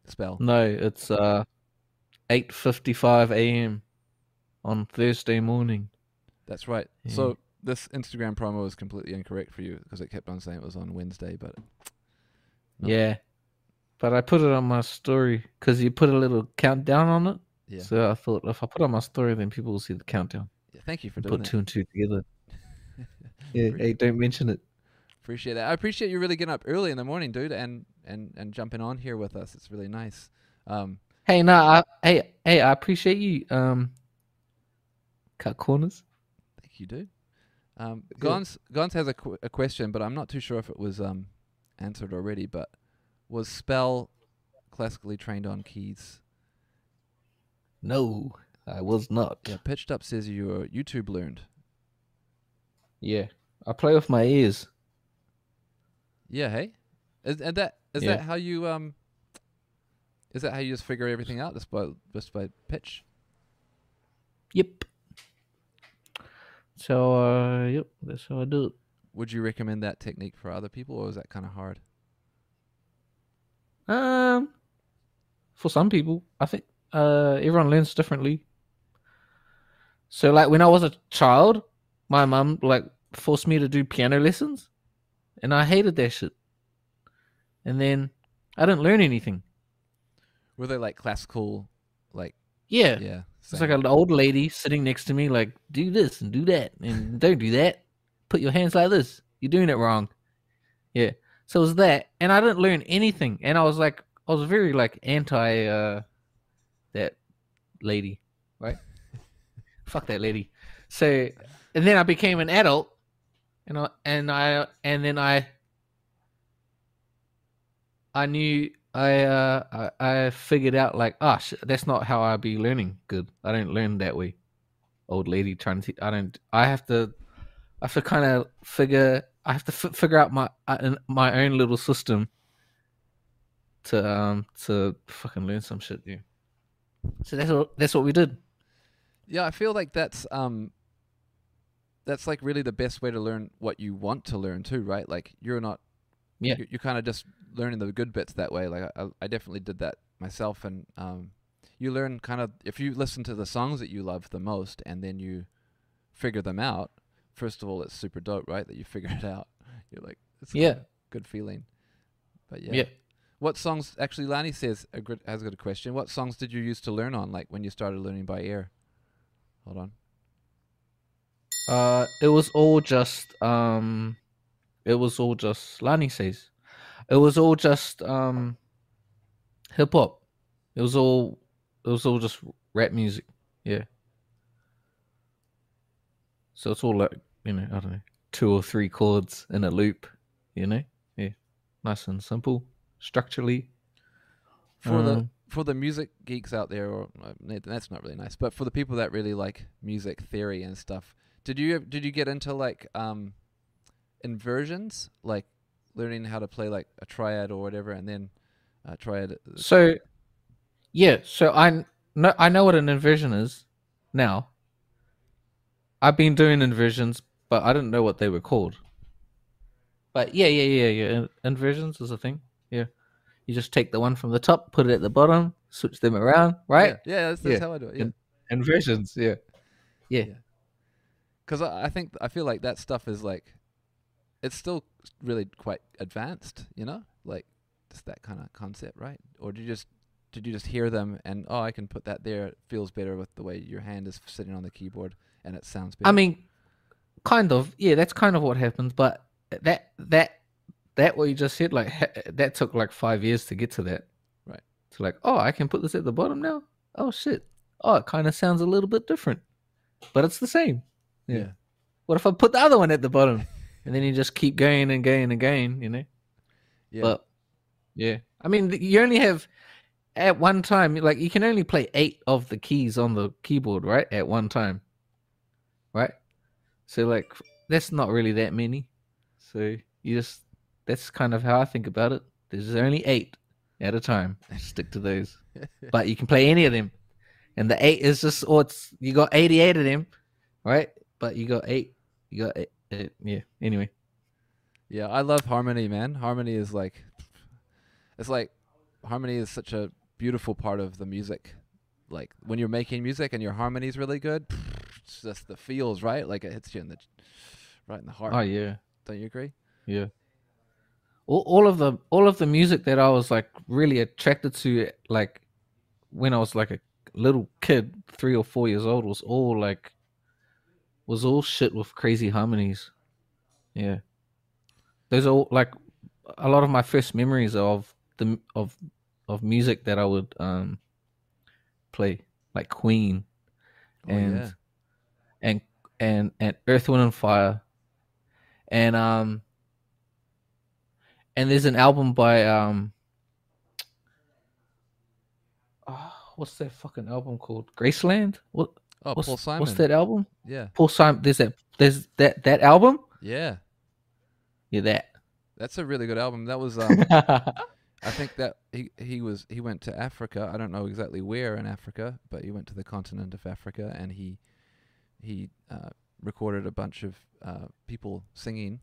Spell. No, it's uh eight fifty five AM on Thursday morning. That's right. Yeah. So this Instagram promo is completely incorrect for you because it kept on saying it was on Wednesday, but No. Yeah. But I put it on my story because you put a little countdown on it. yeah. So I thought if I put on my story, then people will see the countdown. Yeah, Thank you for And doing put that. two and two together. yeah, Pretty hey, don't mention it. Appreciate that. I appreciate you really getting up early in the morning, dude, and and and jumping on here with us. It's really nice. Um Hey, no, I, hey, hey, I appreciate you. Um, cut corners. Thank you, dude. Um, Yeah. Gons Gons has a, qu- a question, but I'm not too sure if it was um, answered already. But was spell classically trained on keys? No, I was not. Yeah, pitched up says you're YouTube learned. Yeah, I play with my ears. Yeah, hey, is and that is Yeah. that how you um is that how you just figure everything out just by just by pitch? Yep. So, uh, yep, that's how I do it. Would you recommend that technique for other people, or is that kind of hard? Um, for some people, I think uh everyone learns differently. So like when I was a child, my mum like forced me to do piano lessons, and I hated that shit. And then I didn't learn anything. Were they like classical, like Yeah, yeah? it's same. like an old lady sitting next to me, like do this and do that, and don't do that. Put your hands like this. You're doing it wrong. Yeah. So it was that, and I didn't learn anything, and I was like, I was very like anti uh that lady, right? Fuck that lady. So, and then I became an adult, and I and I and then I I knew I uh I, I figured out like ah sh- that's not how I be learning good. I don't learn that way. Old lady trying to I don't I have to I have to kind of figure I have to f- figure out my uh, my own little system to um to fucking learn some shit. Yeah. So that's what that's what we did. Yeah, I feel like that's um that's like really the best way to learn what you want to learn too, right? Like you're not Yeah. you're, you're kind of just learning the good bits that way. Like I, I definitely did that myself, and um, you learn kind of if you listen to the songs that you love the most, and then you figure them out. First of all, it's super dope, right? That you figure it out. You're like, it's Yeah. good, good feeling. But yeah. Yeah. What songs? Actually, Lani says a good, has got a question. What songs did you used to learn on, like when you started learning by ear? Hold on. Uh, it was all just um, it was all just Lani says, it was all just um, hip hop. It was all it was all just rap music. Yeah. So it's all like you know I don't know two or three chords in a loop. You know, yeah, nice and simple structurally. for the Um, for the music geeks out there, or uh, n- that's not really nice, but for the people that really like music theory and stuff, did you ev- did you get into like um, inversions, like learning how to play like a triad or whatever, and then uh, triad? So, yeah. So I know I know what an inversion is now. I've been doing inversions, but I didn't know what they were called. But yeah, yeah, yeah, yeah. in- Inversions is a thing. Yeah, you just take the one from the top, put it at the bottom, switch them around, right? Yeah, yeah that's, that's Yeah. how I do it. Yeah. In- Inversions. Yeah. Yeah. because I, I think I feel like that stuff is like, it's still really quite advanced, you know, like just that kind of concept, right? Or do you just did you just hear them and oh, I can put that there. It feels better with the way your hand is sitting on the keyboard and it sounds better. I mean, kind of. Yeah, that's kind of what happens. But that that that what you just said, like ha- that took like five years to get to that. Right. To like, oh, I can put this at the bottom now. Oh shit. Oh, it kind of sounds a little bit different, but it's the same. yeah. What if I put the other one at the bottom, and then you just keep going and going and going, you know? yeah, But yeah, I mean, th- you only have at one time, like you can only play eight of the keys on the keyboard, right? At one time, right? So like that's not really that many. So you just that's kind of how I think about it. There's only eight at a time. Stick to those, but you can play any of them, and the eight is just or it's you got eighty eight of them, right? But you got eight, you got eight, eight yeah. Anyway, yeah. I love harmony, man. Harmony is like, it's like harmony is such a beautiful part of the music. Like when you're making music and your harmony's really good, it's just the feels, right? Like it hits you in the right in the heart. oh yeah. Don't you agree? Yeah. All, all of the all of the music that I was like really attracted to, like when I was like a little kid, three or four years old, was all like was all shit with crazy harmonies. Yeah, those are all, like a lot of my first memories of the of of music that I would um play, like Queen Oh, and yeah. and and and Earth, Wind and Fire, and um, and there's an album by um, ah, what's that fucking album called? Graceland. What? Oh, what's, Paul Simon. What's that album? Yeah, Paul Simon. There's that. There's that that album. yeah. Yeah, that. That's a really good album. That was, um, I think that he he was he went to Africa. I don't know exactly where in Africa, but he went to the continent of Africa and he he uh, recorded a bunch of uh, people singing.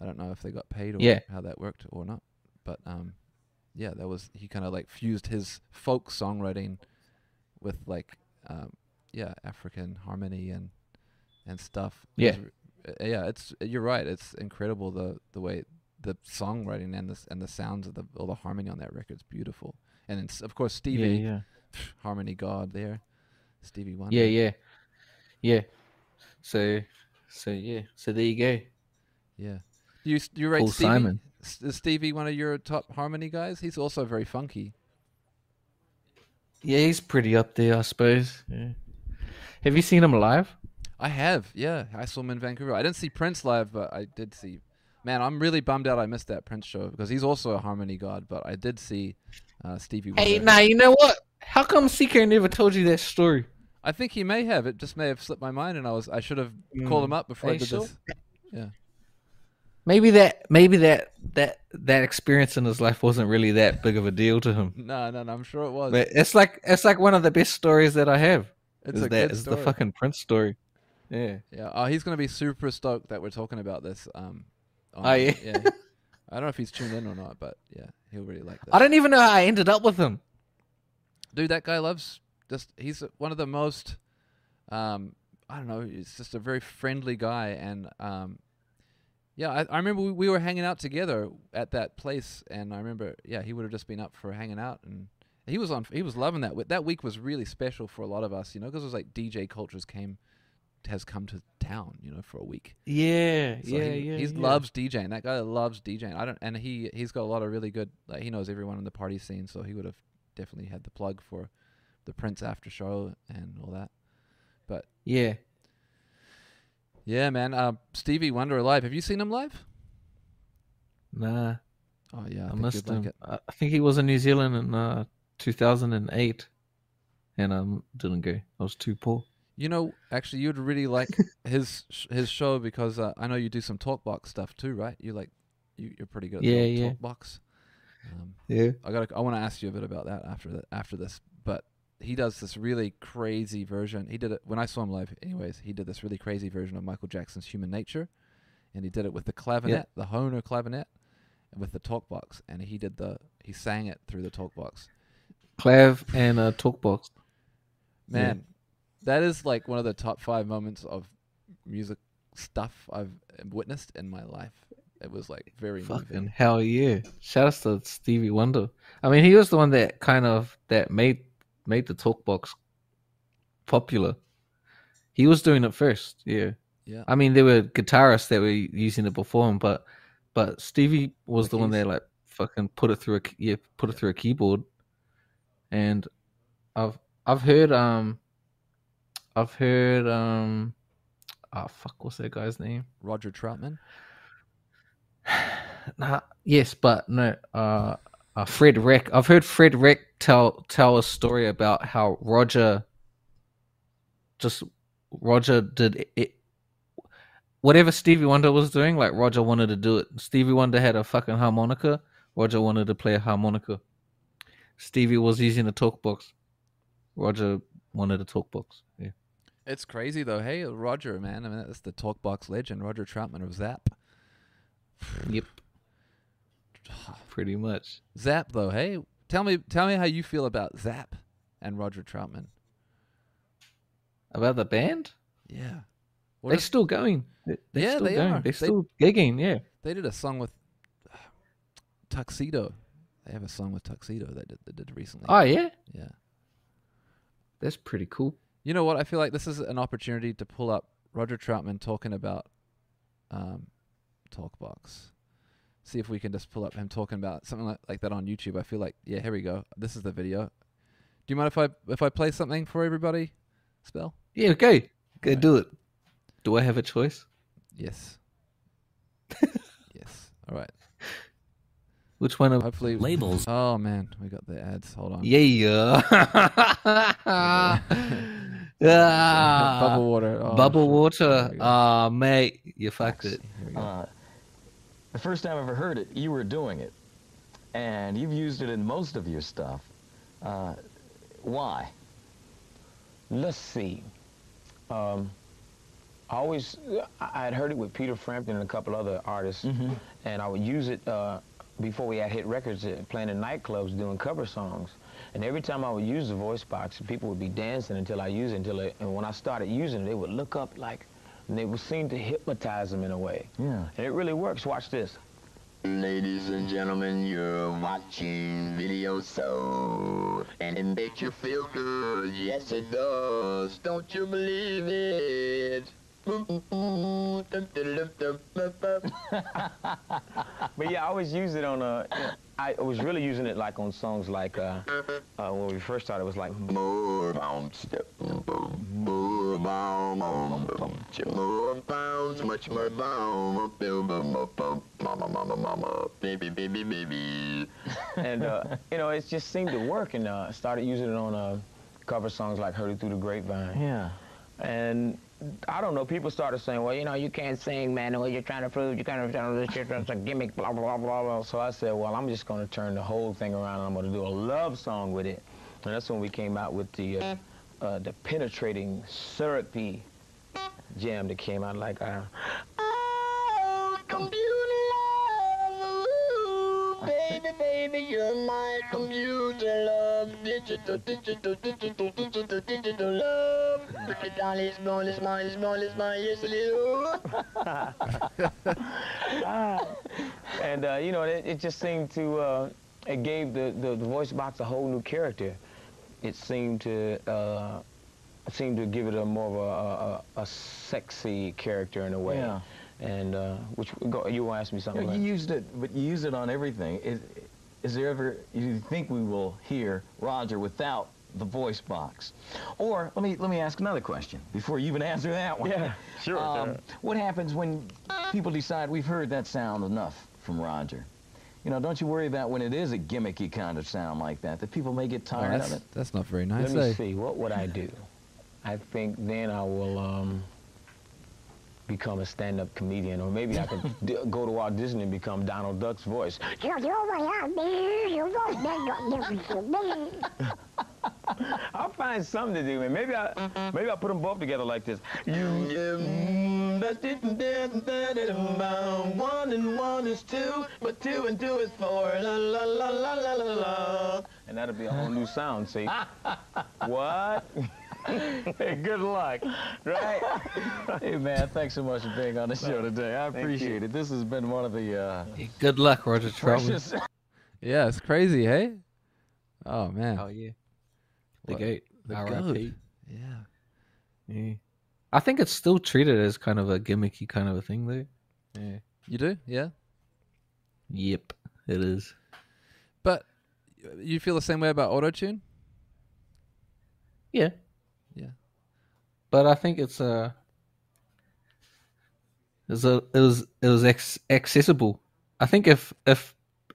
I don't know if they got paid or Yeah. how that worked or not, but um, yeah, that was he kind of like fused his folk songwriting with like um, yeah African harmony and and stuff. It Yeah. was r- uh, yeah. It's you're right. It's incredible the the way the songwriting and the s- and the sounds of the all the harmony on that record's beautiful. And then s of course yeah, Stevie yeah, harmony god there, Stevie Wonder. yeah, yeah, yeah. So, so yeah. So there you go. yeah. Do you s- do you rate Paul Stevie? Simon. S- Is Stevie one of your top harmony guys? He's also very funky. Yeah, he's pretty up there, I suppose. Yeah. Have you seen him live? I have, yeah. I saw him in Vancouver. I didn't see Prince live, but I did see. Man, I'm really bummed out I missed that Prince show because he's also a harmony god. But I did see Uh, Stevie. Was Hey, there. now you know what? How come CK never told you that story? I think he may have. It just may have slipped my mind, and I was I should have called him Mm. up before Are I you did sure? this. Maybe that, maybe that, that, that experience in his life wasn't really that big of a deal to him. No, no, no. I'm sure it was. But it's like, it's like one of the best stories that I have. it's is a that good is story. the fucking Prince story? Yeah. Yeah. Oh, he's gonna be super stoked that we're talking about this. Um. on- Oh, yeah. I don't know if he's tuned in or not, but yeah, he'll really like that. I don't even know how I ended up with him. dude that guy loves just he's one of the most um i don't know he's just a very friendly guy and um yeah i, I remember we, we were hanging out together at that place and i remember yeah he would have just been up for hanging out and he was on he was loving that wi- that week was really special for a lot of us you know because it was like dj cultures came has come to town you know for a week Yeah, so he, he loves DJing. That guy loves DJing. I don't, and he he's got a lot of really good. Like he knows everyone in the party scene, so he would have definitely had the plug for the Prince after show and all that. Yeah, Yeah, man. Uh, Stevie Wonder live. Have you seen him live? nah, Oh yeah, I, I, think missed you'd like him. it. I I think he was in New Zealand in uh, 2008, and I um, didn't go. I was too poor. You know, actually, you'd really like his sh- his show because uh, I know you do some talkbox stuff too, right? You like you, you're pretty good at Yeah, talk, yeah. talkbox. Um, Yeah. I got. to I want to ask you a bit about that after the, after this. But he does this really crazy version. He did it when I saw him live. Anyways, he did this really crazy version of Michael Jackson's Human Nature, and he did it with the clavinet, the Hohner clavinet, and with the talk box. And he did the he sang it through the talk box. Clav and uh, Talkbox. Yeah. Man, that is like one of the top five moments of music stuff I've witnessed in my life. It was like very Fucking moving. hell yeah! Shout outs to Stevie Wonder. I mean, he was the one that kind of that made made the Talkbox popular. He was doing it first. Yeah. Yeah. I mean, there were guitarists that were using it before him, but but Stevie was The the one keys. that like fucking put it through a key- yeah put it through a keyboard, and I've I've heard um I've heard um oh fuck what's that guy's name Roger Troutman. nah, yes, but no. Uh, uh, Fred Reck. I've heard Fred Reck tell tell a story about how Roger just Roger did it. Whatever Stevie Wonder was doing, like Roger wanted to do it. Stevie Wonder had a fucking harmonica. Roger wanted to play a harmonica. Stevie was using a talk box. Roger wanted a talk box. Yeah. It's crazy though. Hey, Roger, man. I mean, that's the talkbox legend, Roger Troutman of Zap. Yep. Pretty much. Zap though. Hey, tell me, tell me how you feel about Zap and Roger Troutman. About the band? Yeah, What They're if- still going. They're Yeah, still they going. are. They're They- still gigging. Yeah. they did a song with uh, Tuxedo. They have a song with Tuxedo that did, they did recently. Oh yeah, yeah. that's pretty cool. You know what? I feel like this is an opportunity to pull up Roger Troutman talking about um, Talkbox. See if we can just pull up him talking about something like, like that on YouTube. I feel like, yeah, here we go. This is the video. Do you mind if I if I play something for everybody? Spell? Yeah, okay, go Alright. do it. Do I have a choice? Yes. yes. All right. Which one? Of... Hopefully. Labels. Oh man, we got the ads. Hold on. Yeah. ah, Bubble water. Oh, bubble shit. There water. we go. Ah, mate, you fucked it. Here we go. Uh, the first time I ever heard it, you were doing it, and you've used it in most of your stuff. Uh, why? Let's see. Um, I always, I had heard it with Peter Frampton and a couple other artists, and I would use it uh, before we had hit records, uh, playing in nightclubs, doing cover songs. And every time I would use the voice box, people would be dancing until I used it. Until I, and when I started using it, they would look up like, and they would seem to hypnotize them in a way. Yeah. And it really works. Watch this. Ladies and gentlemen, you're watching Video Soul, and it makes you feel good. Yes, it does. Don't you believe it? But yeah, I always use it on uh, I was really using it like on songs like uh, uh, when we first started. It was like. More bounce, more bounce. more, more, pump, more pounds, much more bomb, mama, mama, mama, mama, baby, baby, baby. and uh, you know, it just seemed to work, and uh, started using it on uh, cover songs like "Heard It Through the Grapevine." Yeah. And I don't know, people started saying, "Well, you know, you can't sing, man. Well, you're trying to prove you're trying to trying to this shit. It's a gimmick, blah blah blah blah." So I said, "Well, I'm just going to turn the whole thing around, and I'm going to do a love song with it." And that's when we came out with the uh, uh, the penetrating syrupy jam that came out like. Uh, Oh, computer love, ooh, baby, baby, you're my computer love. Digital, digital, digital, digital, digital love. Pretty dolly, small, small, small, small, yes, little. and uh, you know, it, it just seemed to uh, it gave the, the the voice box a whole new character. It seemed to uh, seemed to give it a more of a, a, a sexy character in a way. Yeah. And uh, which go, you will ask me You, something. know, you about- used it, but you use it on everything. Is, is there ever you think we will hear Roger without the voice box? Or let me let me ask another question before you even answer that one. Yeah, sure. What happens when people decide we've heard that sound enough from Roger? You know, don't you worry about when it is a gimmicky kind of sound like that that people may get tired of that's, it. that's not very Let nice. me eh? see. What would I do? I think then I will um, become a stand-up comedian, or maybe I could d- go to Walt Disney and become Donald Duck's voice. You're going out there. You're going I'll find something to do, man. Maybe I, maybe I put them both together like this. You give mm, that's it and that and that and about. One and one is two, but two and two is four. La la la la la la la. and that'll be a whole new sound. See, what? hey, good luck. Right? hey man, thanks so much for being on the show today. I appreciate it. This has been one of the uh, Yeah, good luck, Roger Troutman. precious. Yeah, it's crazy, hey? Oh man. Oh yeah, the What? goat. The R.I.P. goat. Yeah. Yeah. I think it's still treated as kind of a gimmicky kind of a thing though. Yeah. You do? Yeah. Yep, it is. But you feel the same way about autotune? Yeah. Yeah. But I think it's uh it's a it was it was ex- accessible. I think if if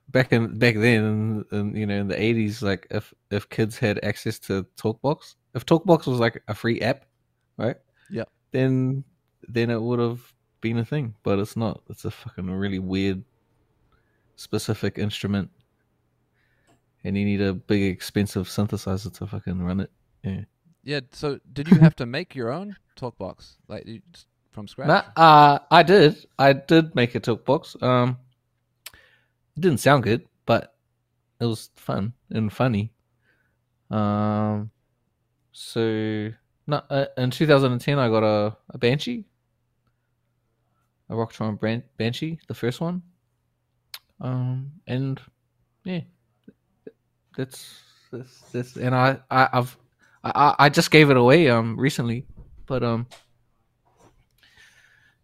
back in back then in, in you know in the eighties, like if if kids had access to Talkbox, if Talkbox was like a free app, right? Yeah. Then then it would have been a thing, but it's not. It's a fucking really weird specific instrument. And you need a big expensive synthesizer to fucking run it. Yeah. Yeah, so did you have to make your own talk box? Like you just from scratch? No, uh, I did. I did make a talk box. Um, it didn't sound good, but it was fun and funny. Um, so no, uh, in 2010, I got a, a Banshee, a Rocktron Bran- Banshee, the first one. Um, and yeah, that's that's, that's and I, I I've I- I, I just gave it away um recently, but um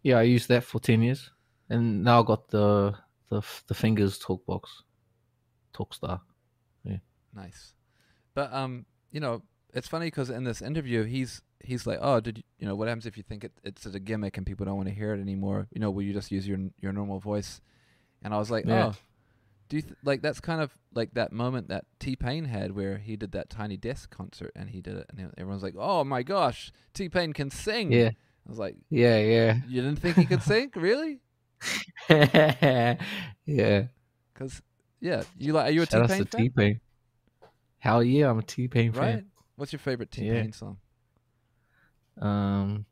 yeah, I used that for ten years, and now I got the the the fingers talk box, Talkstar. Nice. But um, you know, it's funny because in this interview, he's he's like, oh, did you, you know what happens if you think it, it's a gimmick and people don't want to hear it anymore? You know, will you just use your n- your normal voice? And I was like, Yeah. oh, do you th- like that's kind of like that moment that T Pain had where he did that Tiny Desk concert and he did it, and everyone's like, oh my gosh, T Pain can sing. Yeah. I was like, Yeah, yeah, you didn't think he could sing, really? yeah. Because yeah, you like, are you a T Shout outs Pain to fan? T Pain. Hell yeah, I'm a T Pain Right. What's your favorite T Yeah. Pain song? fan. Um,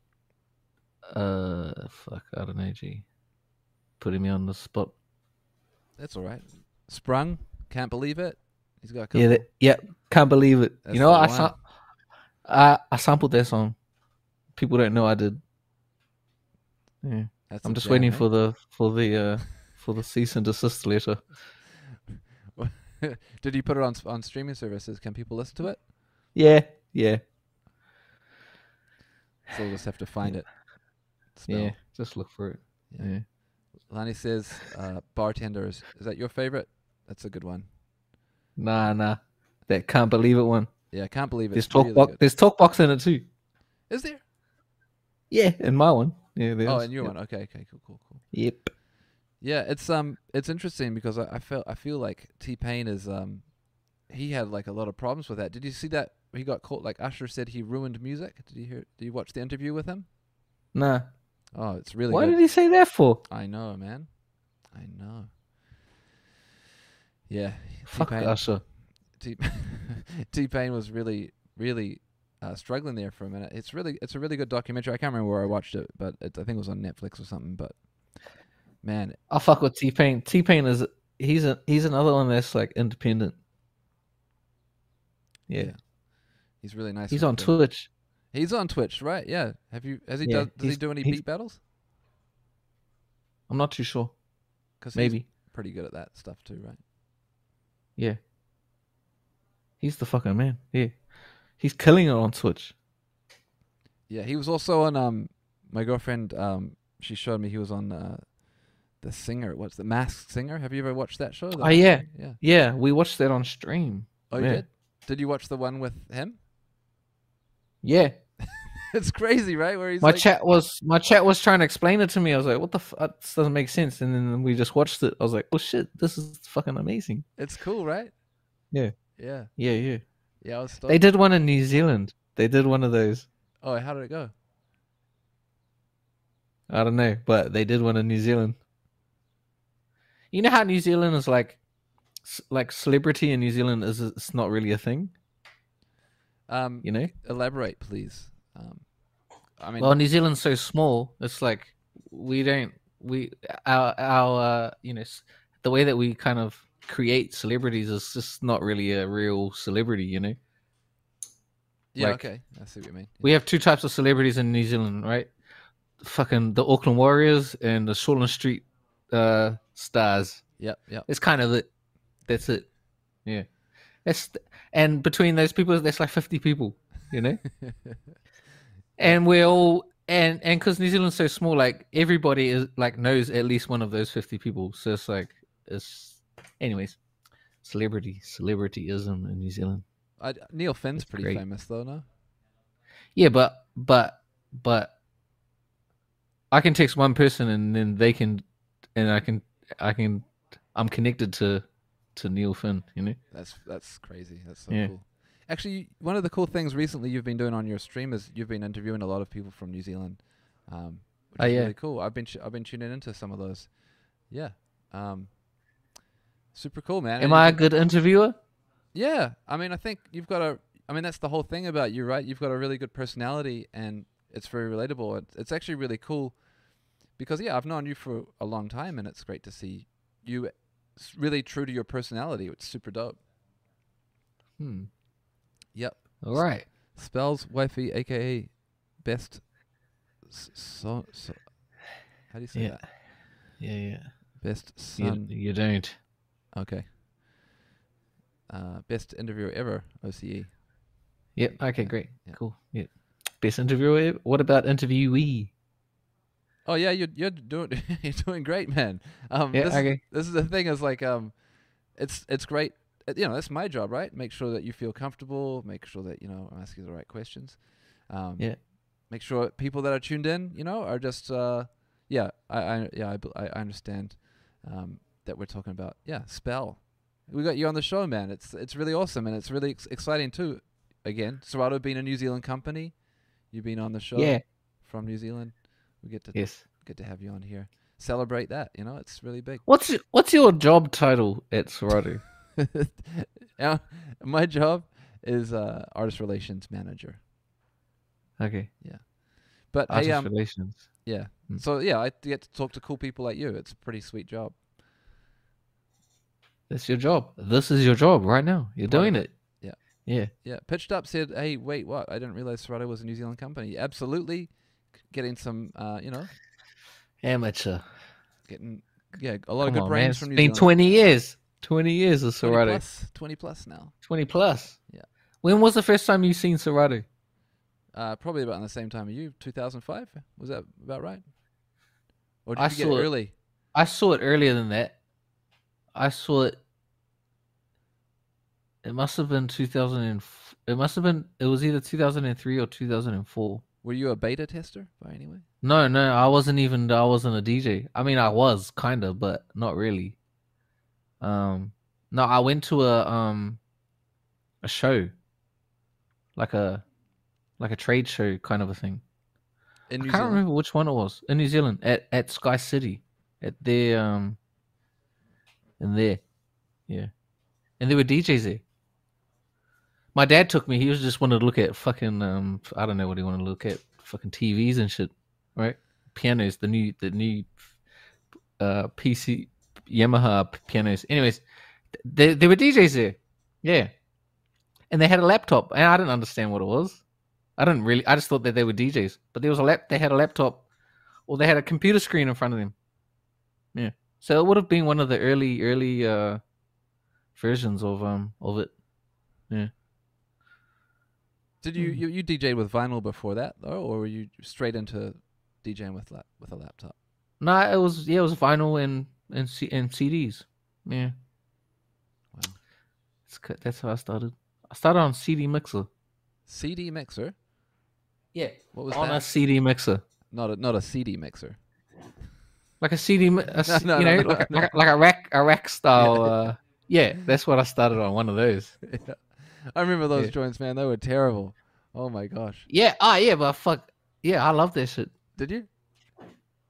uh, fuck, I don't know, G. Putting me on the spot. That's all right. Sprung, can't believe it. He's got a couple. Yeah, that, yeah. Can't believe it. That's you know, the I one. sam- I I sampled that song. People don't know I did. Yeah. That's I'm a just jam, waiting eh? for the for the uh for the cease and desist letter. Did you put it on s- on streaming services? Can people listen to it? Yeah, yeah, So we'll just have to find it. Spell. yeah. Just look for it. Yeah. Lani says, uh, "Bartenders." Is that your favorite? That's a good one. Nah, nah. That can't believe it one. Yeah, I can't believe it. There's It's talk really box. good. There's talk box in it too. Is there? Yeah, in my one. Yeah, there's. Oh, and your yep. one. Okay, okay, cool, cool, cool. Yep. Yeah, it's um, it's interesting because I, I feel I feel like T Pain is um, he had like a lot of problems with that. Did you see that he got caught? Like Usher said, he ruined music. Did you hear? Did you watch the interview with him? Nah. Oh, it's really. Why good. did he say that for? I know, man. I know. Yeah, Fuck T-Pain- Usher. T T Pain was really, really uh, struggling there for a minute. It's really, it's a really good documentary. I can't remember where I watched it, but it, I think it was on Netflix or something. But man, I fuck with T Pain. T Pain is he's a, he's another one that's like independent. Yeah, Yeah, he's really nice. he's with on the- Twitch. He's on Twitch, right? Yeah. Have you? Has he? Yeah, does does he he's- do any he's- beat battles? I'm not too sure. Because Maybe pretty good at that stuff too, right? yeah. He's the fucking man. Yeah, he's killing it on Twitch. Yeah, he was also on. Um, my girlfriend. Um, she showed me he was on. Uh, the singer. What's the Masked Singer? Have you ever watched that show? The Oh Masked yeah, Singer? Yeah. yeah. We watched that on stream. Oh, you Yeah. did. Did you watch the one with him? Yeah, it's crazy, right? Where he's my like, chat was my chat was trying to explain it to me. I was like, "What the? F- uh, this doesn't make sense." And then we just watched it. I was like, "Oh shit, this is fucking amazing." it's cool, right? Yeah. Yeah. Yeah, yeah. Yeah. I was stoked. They did one in New Zealand. They did one of those. Oh, how did it go? I don't know, but they did one in New Zealand. You know how New Zealand is like, c- like celebrity in New Zealand is it's not really a thing. Um, You know, elaborate, please. Um, I mean, well, New Zealand's so small. It's like we don't we our our uh, you know s- the way that we kind of create celebrities is just not really a real celebrity. You know, yeah. like- okay, I see what you mean. we have two types of celebrities in New Zealand, right? Fucking the Auckland Warriors and the Shortland Street uh, Stars. Yep. Yep. It's kind of it. That's it. Yeah. That's th- and between those people, there's like fifty people, you know. and we're all and and because New Zealand's so small, like everybody is like knows at least one of those fifty people. So it's like it's, anyways, celebrity celebrityism in New Zealand. I, Neil Finn's It's pretty great. famous though, no? Yeah, but but but I can text one person and then they can and I can I can I'm connected to to Neil Finn, you know. That's that's crazy. That's so Yeah. cool. Actually, you- one of the cool things recently you've been doing on your stream is you've been interviewing a lot of people from New Zealand. Um, which Oh, is yeah. really cool. I've been ch- I've been tuning into some of those. Yeah. Um, super cool, man. Am And uh, I a you- good interviewer? Yeah, I mean, I think you've got a. I mean, that's the whole thing about you, right? You've got a really good personality, and it's very relatable. It, it's actually really cool, because yeah, I've known you for a long time, and it's great to see you s- really true to your personality, which is super dope. Hmm. Yep. All right. Spells wifey, aka best. s- So, so how do you say Yeah. that? Yeah, yeah. Best You, son. you don't. Okay. Uh, best interviewer ever, E. OCE. Yep. Okay. Great. yeah. Cool. Yeah. Best interviewer. ever? What about interviewee? Oh yeah, you're you're doing you're doing great, man. Um, Yeah, this, is- okay. this is the thing is like um, it's it's great. uh, You know, that's my job, right? Make sure that you feel comfortable. Make sure that you know I'm asking the right questions. Um, Yeah. Make sure people that are tuned in, you know, are just uh, yeah, I, I yeah I, bel- I I understand um, that we're talking about yeah spell. We got you on the show, man. It's it's really awesome and it's really ex- exciting too. Again, Serato being a New Zealand company, you've been on the show Yeah. from New Zealand. We get to Yes. good to have you on here. Celebrate that, you know, it's really big. What's y- what's your job title at Serato? Now, my job is uh, artist relations manager. okay. But Artist hey, um, relations. yeah. Mm. So yeah, I get to talk to cool people like you. It's a pretty sweet job. That's your job. This is your job right now. You're Part of doing it. Yeah. Yeah. Yeah, pitched up said, "Hey, wait, what? I didn't realize Serato was a New Zealand company." Absolutely, c- getting some, uh, you know, Amateur. getting yeah, a lot of Come good on, man. brains It's from New been Zealand. 20 years. 20 years of 20 Serato. 20 plus. plus, twenty plus now. Yeah. When was the first time you seen Serato? Uh, probably about the same time as you, two thousand five. Was that about right? Or did I you get it saw it- early? I saw it earlier than that. I saw it. It must have been 2000. And, f- it must have been. It was either 2003 or 2004. Were you a beta tester by any way? No, no, I wasn't even. I wasn't a DJ. I mean, I was kind of, but not really. Um, no, I went to a um, a show, like a, like a trade show kind of a thing. In New I can't Zealand? remember which one it was in New Zealand at at Sky City, at their um, in there, yeah, and there were DJs there. My dad took me. He was just wanted to look at fucking um, I don't know what he wanted to look at, fucking TVs and shit, right? Pianos, the new the new uh PC Yamaha p- pianos. Anyways, th- there there were DJs there, yeah, and they had a laptop, and I didn't understand what it was. I didn't really. I just thought that they were DJs, but there was a lap. They had a laptop, or they had a computer screen in front of them. Yeah. So it would have been one of the early, early uh, versions of um of it. Did you, you you DJed with vinyl before that though, or were you straight into DJing with lap, with a laptop? No, it was yeah, it was vinyl and and C- and CDs. Yeah. Wow. That's good. That's how I started. I started on CD mixer. CD mixer? Yeah. What was on that? a CD mixer, Not a not a CD mixer. like a CD, mi- a c- no, you know, no, no, like, no. Like, like a rack, a rack style. Uh, yeah, that's what I started on. One of those. I remember those Yeah. joints, man. They were terrible. Oh my gosh. Yeah. Oh, yeah. But fuck. Yeah, I love that shit. Did you?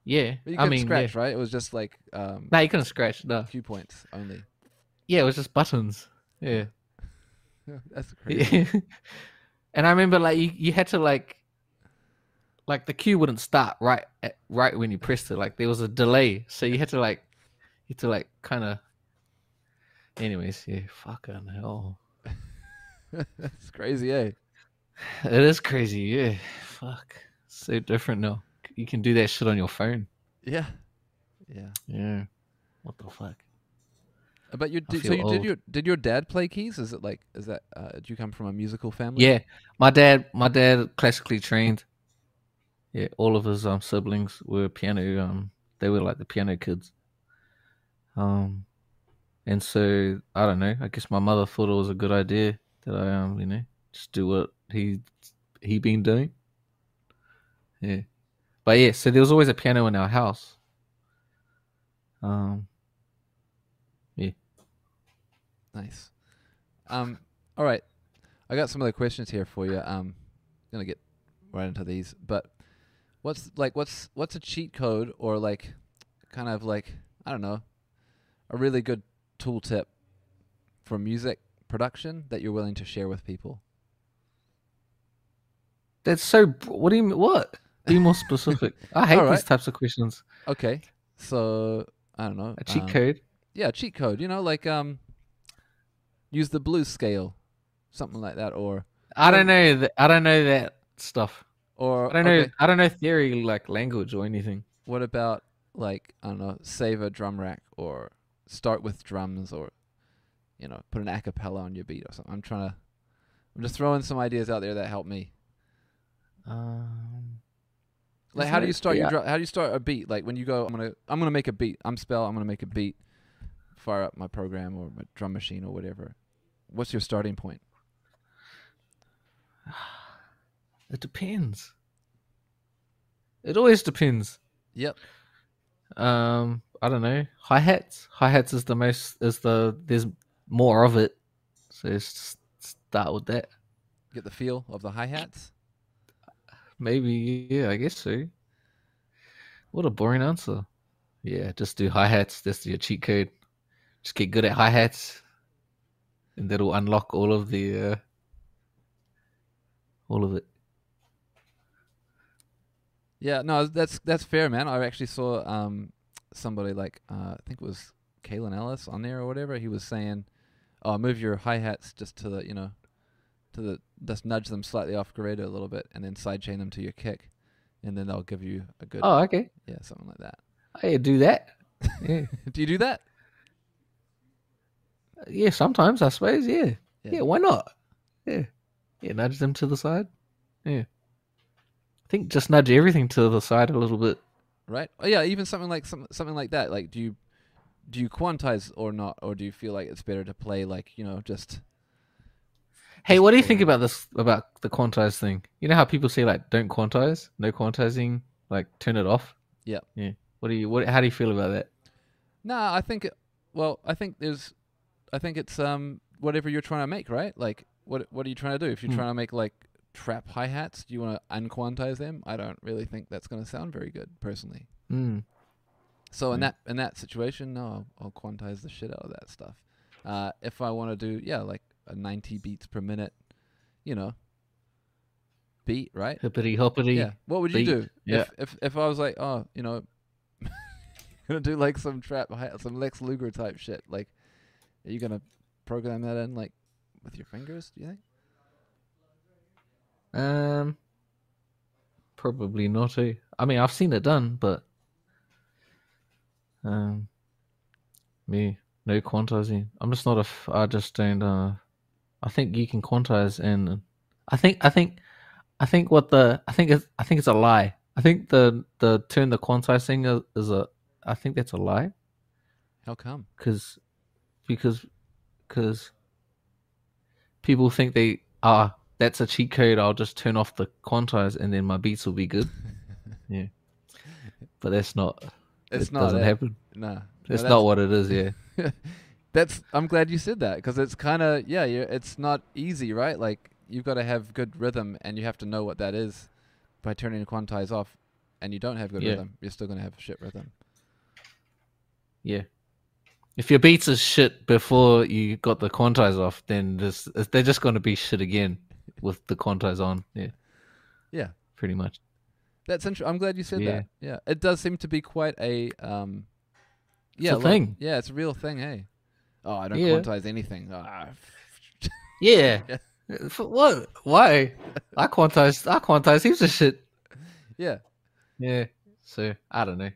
Yeah. But you I couldn't mean, scratch, yeah. right? It was just like um, No, you couldn't scratch. No. cue points only. Yeah, it was just buttons. Yeah. That's crazy. and I remember like you, you had to like like the cue wouldn't start right at, right when you pressed it. Like there was a delay, so you had to like you had to like kind of. Anyways, yeah, fucking hell, That's crazy, eh? it is crazy. Yeah, fuck, so different now. You can do that shit on your phone. Yeah. Yeah. Yeah, what the fuck? Uh, But you I did, so feel you did old. your did your dad play keys? Is it like is that uh, do you come from a musical family? Yeah, my dad, my dad classically trained. Yeah, all of his um siblings were piano. Um, they were like the piano kids. Um, and so I don't know. I guess my mother thought it was a good idea that I um, you know, just do what he he been doing. Yeah, but yeah. So there was always a piano in our house. Um, Nice. Um, all right. I got some other questions here for you. Um, gonna get right into these, but what's like what's what's a cheat code or like kind of like I don't know a really good tooltip for music production that you're willing to share with people? that's so. br- What do you mean? What? Be more specific. I hate All these right. types of questions. Okay, so I don't know A cheat um, code. Yeah, cheat code. You know, like um, use the blues scale, something like that, or I don't know. Th- I don't know that stuff. or I don't know. okay, I don't know theory like language or anything. What about like I don't know, save a drum rack or start with drums or you know, put an acapella on your beat or something. I'm trying to I'm just throwing some ideas out there that help me. Um, Like Isn't how do you it- start your yeah. drum how do you start a beat? Like when you go I'm going to I'm going to make a beat. I'm spell I'm going to make a beat. Fire up my program or my drum machine or whatever. What's your starting point? it depends. It always depends. Yep. Um, I don't know. Hi hats. Hi hats is the most. Is the there's more of it. So s- start with that. Get the feel of the hi-hats. Maybe yeah. I guess so. What a boring answer. Yeah, just do hi hats. That's your cheat code. Just get good at hi hats, and that'll unlock all of the, uh, all of it. Yeah, no, that's that's fair, man. I actually saw um somebody like uh, I think it was Kalen Ellis on there or whatever. He was saying, "Oh, move your hi hats just to the you know, to the just nudge them slightly off Garedo a little bit, and then sidechain them to your kick, and then they'll give you a good Oh, okay. yeah something like that." I do that. Yeah, do you do that? yeah. Sometimes I suppose. Yeah. Yeah. yeah, Why not? Yeah, yeah. Nudge them to the side. Yeah. I think just nudge everything to the side a little bit. Right? Oh, yeah, even something like some, something like that. Like, do you do you quantize or not, or do you feel like it's better to play like you know just Hey, what do you think about this about the quantize thing? You know how people say like don't quantize, no quantizing, like turn it off. Yep. Yeah. What do you what how do you feel about that? Nah, I think. It, well, I think there's. I think it's um whatever you're trying to make, right? Like, what what are you trying to do? If you're Hmm. trying to make like trap hi hats, do you want to unquantize them? I don't really think that's going to sound very good, personally. Mm. So in that in that situation, no, I'll, I'll quantize the shit out of that stuff. Uh, if I want to do, yeah, like a 90 beats per minute, you know, beat, right? Hippity hoppity. Yeah. What would you beat. do Yeah. if, if if I was like, oh, you know, gonna do like some trap, hi- some Lex Luger type shit? Like, are you gonna program that in like with your fingers? Do you think? Um probably not eh? I mean I've seen it done, but um me, no quantizing. I'm just not a f- I just don't uh I think you can quantize and I think I think I think what the I think it's I think it's a lie. I think the the term the quantize thing is, is a I think that's a lie How come? because because because people think they ah that's a cheat code i'll just turn off the quantize and then my beats will be good yeah but that's not It's it not doesn't it. happen Nah, No, that's that's- not what it is yeah that's I'm glad you said that because it's kind of yeah, you it's not easy, right? Like you've got to have good rhythm and you have to know what that is by turning quantize off, and you don't have good Yeah. rhythm, you're still gonna have shit rhythm. yeah if your beats is shit before you got the quantize off then this they're just going to be shit again with the quantize on yeah Yeah. pretty much That's interesting. I'm glad you said Yeah. that. Yeah, it does seem to be quite a um, yeah a like- thing. Yeah, it's a real thing. Hey, oh, I don't Yeah. quantize anything. Ah, yeah Yeah. For what why i quantize i quantize heaps of shit yeah. Yeah. So I don't know.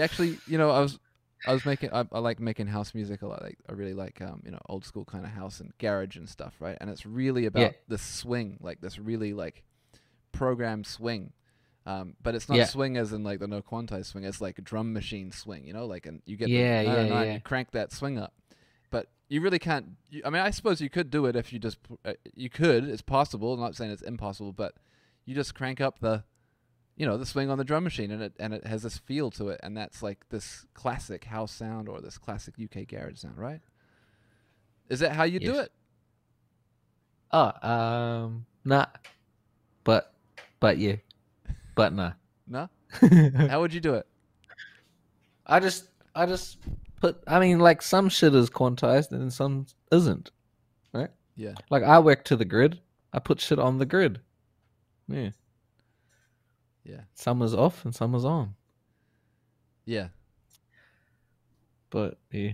actually you know i was i was making i, I like making house music a lot like i really like um you know old school kind of house and garage and stuff right and it's really about the swing like this really like programmed swing um but it's not Yeah. swing as in like the no quantized swing it's like a drum machine swing you know like and you get Yeah, the yeah, 909, yeah. you crank that swing up but you really can't you, i mean i suppose you could do it if you just p- uh, you could it's possible i'm not saying it's impossible but you just crank up the you know the swing on the drum machine and it and it has this feel to it and that's like this classic house sound or this classic UK garage sound right is that how you do Yes. it Oh, um, nah. But, but yeah, but nah. no how would you do it I just, I just put. I mean, like some shit is quantized and some isn't. Right. yeah Like I work to the grid. I put shit on the grid. Yeah. Yeah. Some is off and some is on. yeah But yeah.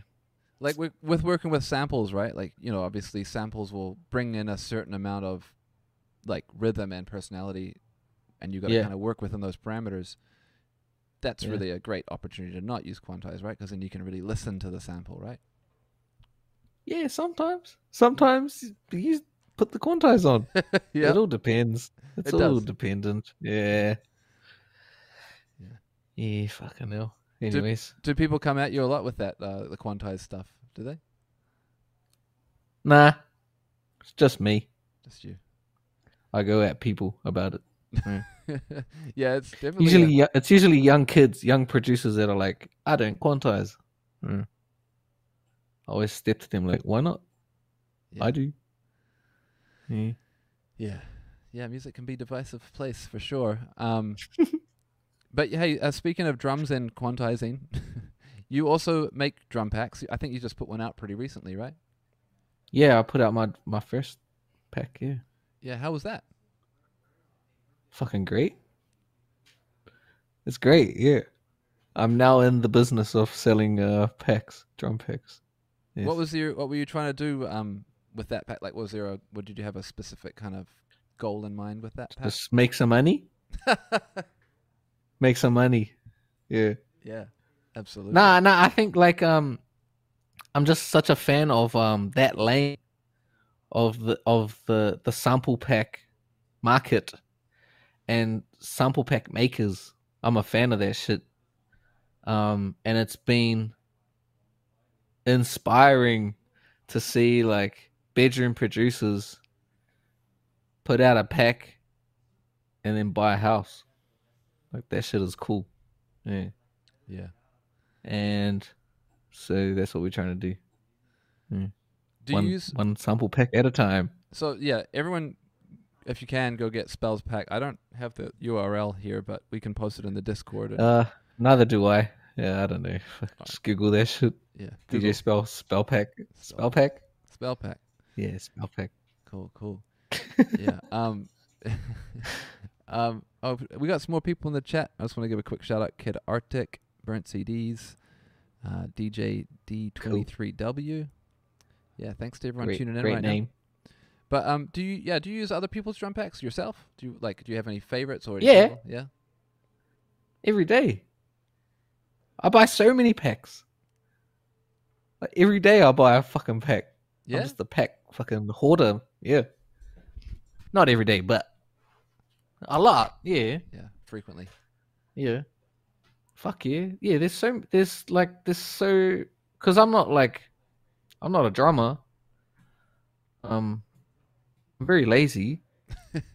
like with, with working with samples right like you know obviously samples will bring in a certain amount of like rhythm and personality and you got to Yeah. kind of work within those parameters that's Yeah. really a great opportunity to not use quantize right because then you can really listen to the sample right Yeah. Sometimes, sometimes you- you put the quantize on. It all depends. It's It all does. dependent. Yeah. Yeah. fucking hell. Anyways. do people come at you a lot with that uh, the quantized stuff do they Nah. It's just me. Just you. I go at people about it. yeah, it's definitely Usually a- yo- it's usually young kids, young producers that are like, I don't quantize. Mm. I always step to them like, why not? Yeah. I do. Yeah. yeah, yeah. Music can be divisive place for sure. Um, but hey, uh, speaking of drums and quantizing, you also make drum packs. I think you just put one out pretty recently, right? Yeah, I put out my my first pack, yeah. Yeah. How was that? fucking great. It's great, yeah. I'm now in the business of selling uh packs, drum packs. Yes. What was your What were you trying to do um, with that pack? Like, was there a? What did you have a specific kind of goal in mind with that pack? just make some money? make some money. Yeah. yeah, absolutely. Nah, nah, I think like um I'm just such a fan of um that lane of the of the the sample pack market and sample pack makers. I'm a fan of that shit. Um and it's been inspiring to see like bedroom producers put out a pack, and then buy a house. Like that shit is cool. Yeah. Yeah. And so that's what we're trying to do. Do one, you use one sample pack at a time. So yeah, everyone, if you can, go get spells pack. I don't have the URL here, but we can post it in the Discord. and- Uh, neither do I. Yeah, I don't know. Just Google that shit. yeah, DJ spell spell pack spell pack. spell pack. Yeah, spell pack. Cool, cool. yeah. Um. um. Oh, we got some more people in the chat. I just want to give a quick shout out, Kid Arctic, Burnt CDs, uh, DJ D23W. Yeah, thanks to everyone Great, tuning in great right now. name. But um, do you yeah do you use other people's drum packs yourself? Do you like do you have any favorites or Yeah. yeah Every day, I buy so many packs. Like every day, I buy a fucking pack. yeah? I'm just a pack fucking hoarder. Yeah. Not every day, but a lot. Yeah. Yeah, frequently. Yeah. Fuck yeah. Yeah, there's so there's like there's so cuz I'm not like I'm not a drummer. Um I'm very lazy.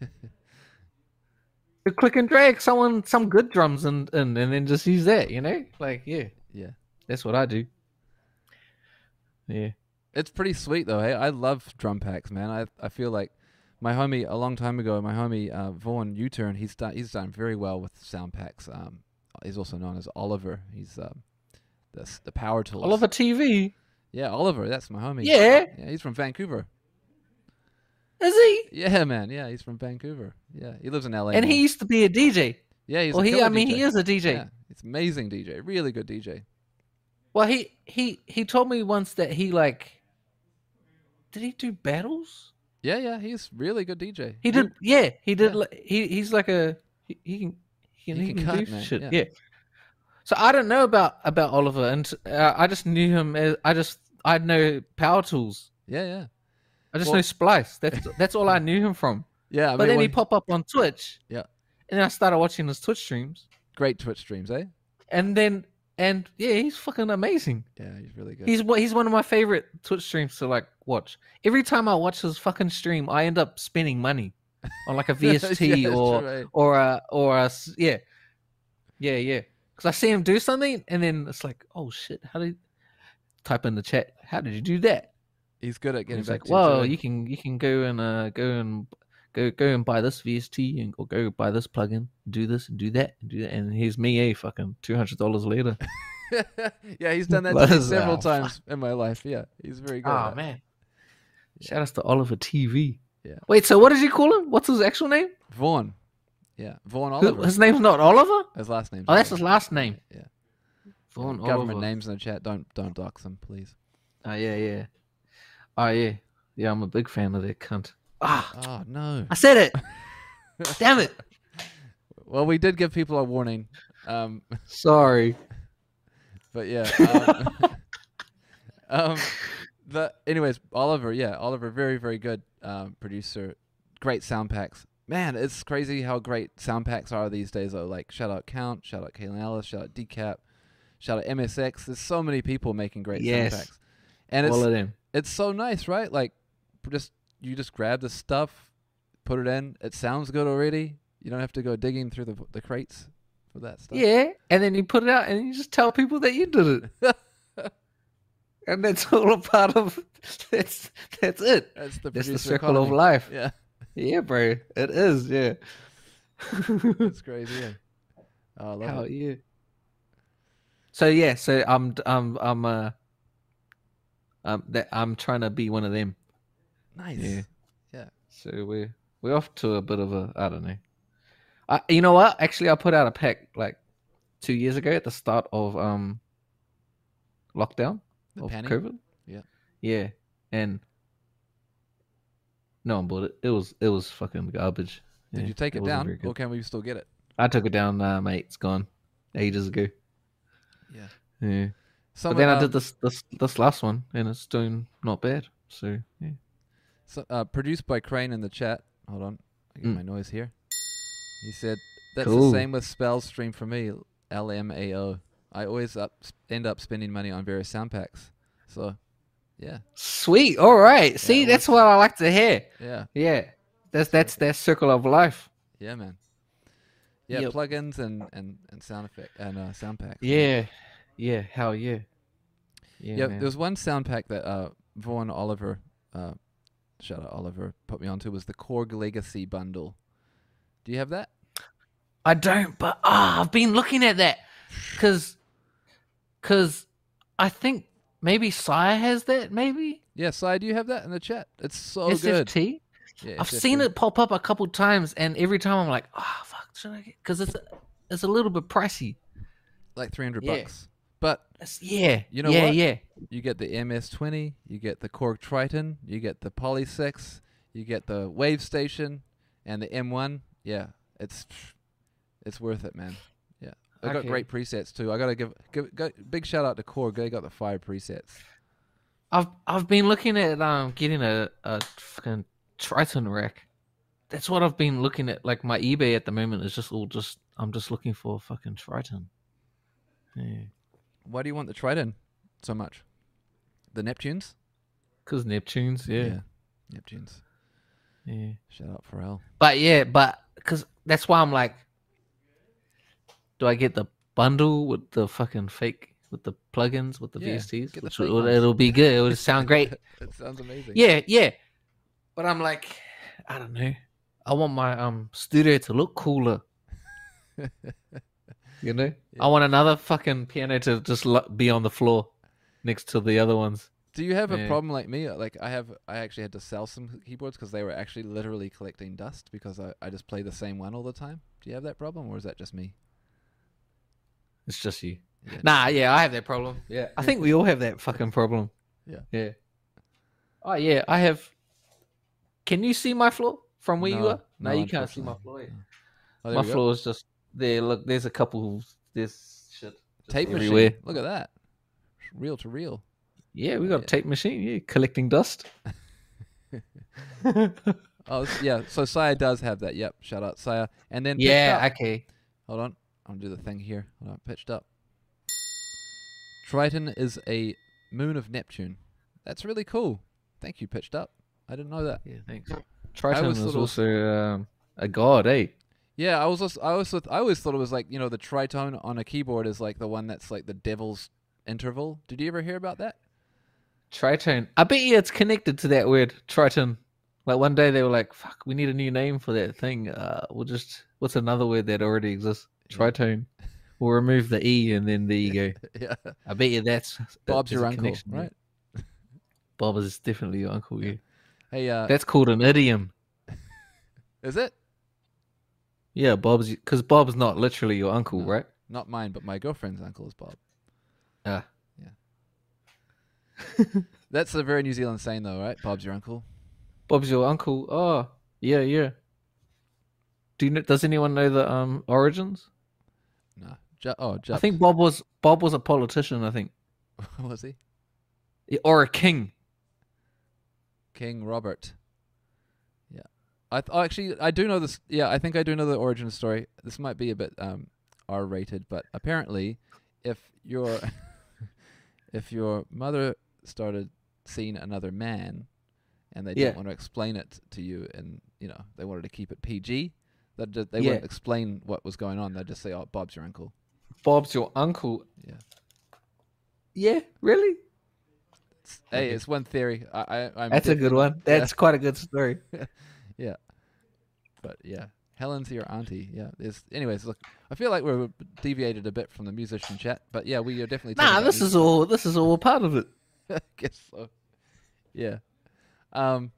But click and drag someone some good drums in, in and then just use that, you know? Like yeah, Yeah. that's what I do. Yeah. It's pretty sweet though. Hey, I love drum packs, man. I I feel like my homie a long time ago, my homie uh, Vaughn U-turn, he's done he's done very well with sound packs. Um, he's also known as Oliver. He's um, the s- the power tools. Oliver TV. Yeah, Oliver. That's my homie. Yeah. Yeah, he's from Vancouver. Is he? Yeah, man. Yeah, he's from Vancouver. Yeah, he lives in LA. And now. he used to be a DJ. yeah, he's well, a he killer I mean DJ. he is a DJ. Yeah, it's amazing DJ. Really good DJ. Well, he he he told me once that he like did he do battles? Yeah, yeah, he's really good DJ. He did, yeah. He did. Yeah. Like, he he's like a he, he can he can, he can, cut, do man, shit. yeah. Yeah. So I don't know about about Oliver, and uh, I just knew him as I just I know Power Tools. Yeah, yeah, I just Well- know Splice. That's that's all I knew him from. yeah. I but mean, then when- he pop up on Twitch. Yeah. And then I started watching his Twitch streams, great Twitch streams, eh? and then and yeah, he's fucking amazing. Yeah, he's really good. He's one- he's one of my favorite Twitch streams to like watch. Every time I watch his fucking stream, I end up spending money on like a VST Yeah, that's or true, eh? or a or a s- yeah, yeah, yeah. Because I see him do something, and then it's like, oh shit, how did? Type in the chat. How did you do that? He's good at And getting It's back like, to you. well, you can you can go and uh, go and go go and buy this VST and or go buy this plugin, do this and do that and do that, and here's me a fucking two hundred dollars later. yeah, he's done that What to me is that? several Oh, times in my life. Yeah, he's very good. Oh at that. man. Shout outs to Oliver TV. Yeah. Wait, so what did you call him? What's his actual name? Vaughn. Yeah, Vaughn Who- Oliver. His name's not Oliver? His last name. Oh, that's his last name. Yeah. Vaughn Government Oliver. names in the chat. Don't don't dox them, please. Oh yeah, yeah. Oh yeah. Yeah, I'm a big fan of that cunt. Ah, Oh no. I said it. Damn it. Well, we did give people a warning. Um, Sorry. but yeah. Um, um, the anyways, Oliver. Yeah, Oliver. Very very good um, producer. Great sound packs. Man, it's crazy how great sound packs are these days. Though, like shout out Count, shout out Kalen Ellis, shout out Decap, shout out MSX. There's so many people making great Yes. sound packs, and it's All of them. it's so nice, right? Like, p- just you just grab the stuff, put it in. It sounds good already. You don't have to go digging through the the crates for that stuff. Yeah. And then you put it out and you just tell people that you did it. and that's all a part of that's that's that's it. the That's the producer circle of economy. life. Yeah, Yeah, bro. It is, yeah. it's crazy. Yeah. Oh, I love How it. yeah. So yeah, so I'm I'm I'm uh um that I'm trying to be one of them. Nice. Yeah. So we're we're off to a bit of a I don't know. I you know what? Actually, I put out a pack like two years ago at the start of um lockdown The of panic. COVID. Yeah. Yeah, and no one bought it. It was it was fucking garbage. Did Yeah, you take it, wasn't very down, good. or can we still get it? I took it down, uh, mate. It's gone ages ago. Yeah. Yeah. Someone, but then I uh, did this this this last one, and it's doing not bad. So yeah, so- uh, produced by Crane in the chat. Hold on, I get Mm. my noise here. He said that's Cool. the same with spell stream for me. L M A O. I always up end up spending money on various sound packs. So, yeah, sweet. All right, see, it that's what I like to hear. yeah. Yeah, That's that's their circle of life. Yeah, man. Yeah, Yep. plugins and and and sound effect and uh, sound packs. Yeah, yeah, hell yeah. Yeah, Yeah, man. there was one sound pack that uh, Vaughn Oliver, uh, shout out Oliver, put me onto was the Korg Legacy bundle. Do you have that? I don't, but ah, I've been looking at that because because I think maybe Sire has that. Maybe Yeah, Sai, do you have that in the chat? It's so Oh, good. SFT. Yeah, I've seen SFT. it pop up a couple times, and every time I'm like, ah, fuck, should I get? Because it's it's a little bit pricey. like three hundred Yeah. bucks. But It's- yeah, You know yeah, what? yeah. you get the MS20, you get the Korg Triton, you get the Poly 6, you get the Wave Station, and the M1. Yeah, it's it's worth it, man. Yeah, I got Okay. great presets too. I gotta give, give go, big shout out to Korg. They got the fire presets. I've I've been looking at um getting a a fucking Triton rack. That's what I've been looking at. Like my eBay at the moment is just all just I'm just looking for a fucking Triton. Yeah, Why do you want the Triton so much? The Neptunes. cause Neptunes. Yeah, Neptunes. yeah. Shout out Pharrell. But yeah, but cause that's why I'm like, do I get the bundle with the fucking fake? With the plugins, with the Yeah, VSTs, get the which fake will, ones. it'll be good. It'll sound great. That sounds amazing. Yeah, yeah. But I'm like, I don't know. I want my um studio to look cooler. you know, I want another fucking piano to just lo- be on the floor next to the other ones. Do you have a Yeah. problem like me? Like I have, I actually had to sell some keyboards because they were actually literally collecting dust because I, I just play the same one all the time. Do you have that problem, or is that just me? It's just you. Yeah. Nah, yeah, I have that problem. Yeah, I think we all have that fucking problem. Yeah. yeah. Oh yeah, I have. Can you see my floor from where you No, are? No, no, you can't see my unfortunately. floor. yeah. Oh, there my we go. floor is just there. Look, there's a couple. There's shit. just tape everywhere. machine. Look at that, reel to reel. Yeah, we got Yeah. a tape machine. Yeah, collecting dust. Oh this- yeah, so Saya does have that. Yep, shout out Saya. And then pitched yeah. up. Okay. Hold on. I'm gonna do the thing here. Hold on, pitched up. Triton is a moon of Neptune. That's really cool. Thank you, pitched up. I didn't know that. Yeah. Thanks. I Triton always was thought it was- also um, a god, eh? Yeah, I was also, I also I always thought it was like, you know, the tritone on a keyboard is like the one that's like the devil's interval. Did you ever hear about that? Triton. I bet you it's connected to that word Triton. Like one day they were like, "Fuck, we need a new name for that thing. Uh, we'll just what's another word that already exists? Tritone. We'll remove the e, and then there you go. yeah. I bet you that's Bob's there's your a uncle, connection there. right? Bob is definitely your uncle. Yeah. Hey, uh That's called an idiom. is it? Yeah, Bob's because Bob's not literally your uncle, No. right? Not mine, but my girlfriend's uncle is Bob. Ah. That's a very New Zealand saying though, right? Bob's your uncle. Bob's your uncle. Oh, yeah, yeah. Do you know, does anyone know the um origins? No. Ju- oh, just I think Bob was Bob was a politician. I think was he? or a king. King Robert. Yeah, I th- oh, actually I do know this. Yeah, I think I do know the origin story. This might be a bit um, R-rated, but apparently, if your if your mother started seeing another man, and they Yeah. didn't want to explain it to you, and you know they wanted to keep it PG, that ju- they Yeah. wouldn't explain what was going on. They'd just say, "Oh, Bob's your uncle." Bob's your uncle. Yeah. Yeah, really? It's, hey, it's one theory. I, I I'm That's a di- good one. That's quite a good story. But yeah, Helen's your auntie. Yeah. There's, anyways, look, I feel like we're deviated a bit from the musician chat, but yeah, we are definitely. talking Nah, about this is music. all this is all part of it. I guess so. Yeah. Um.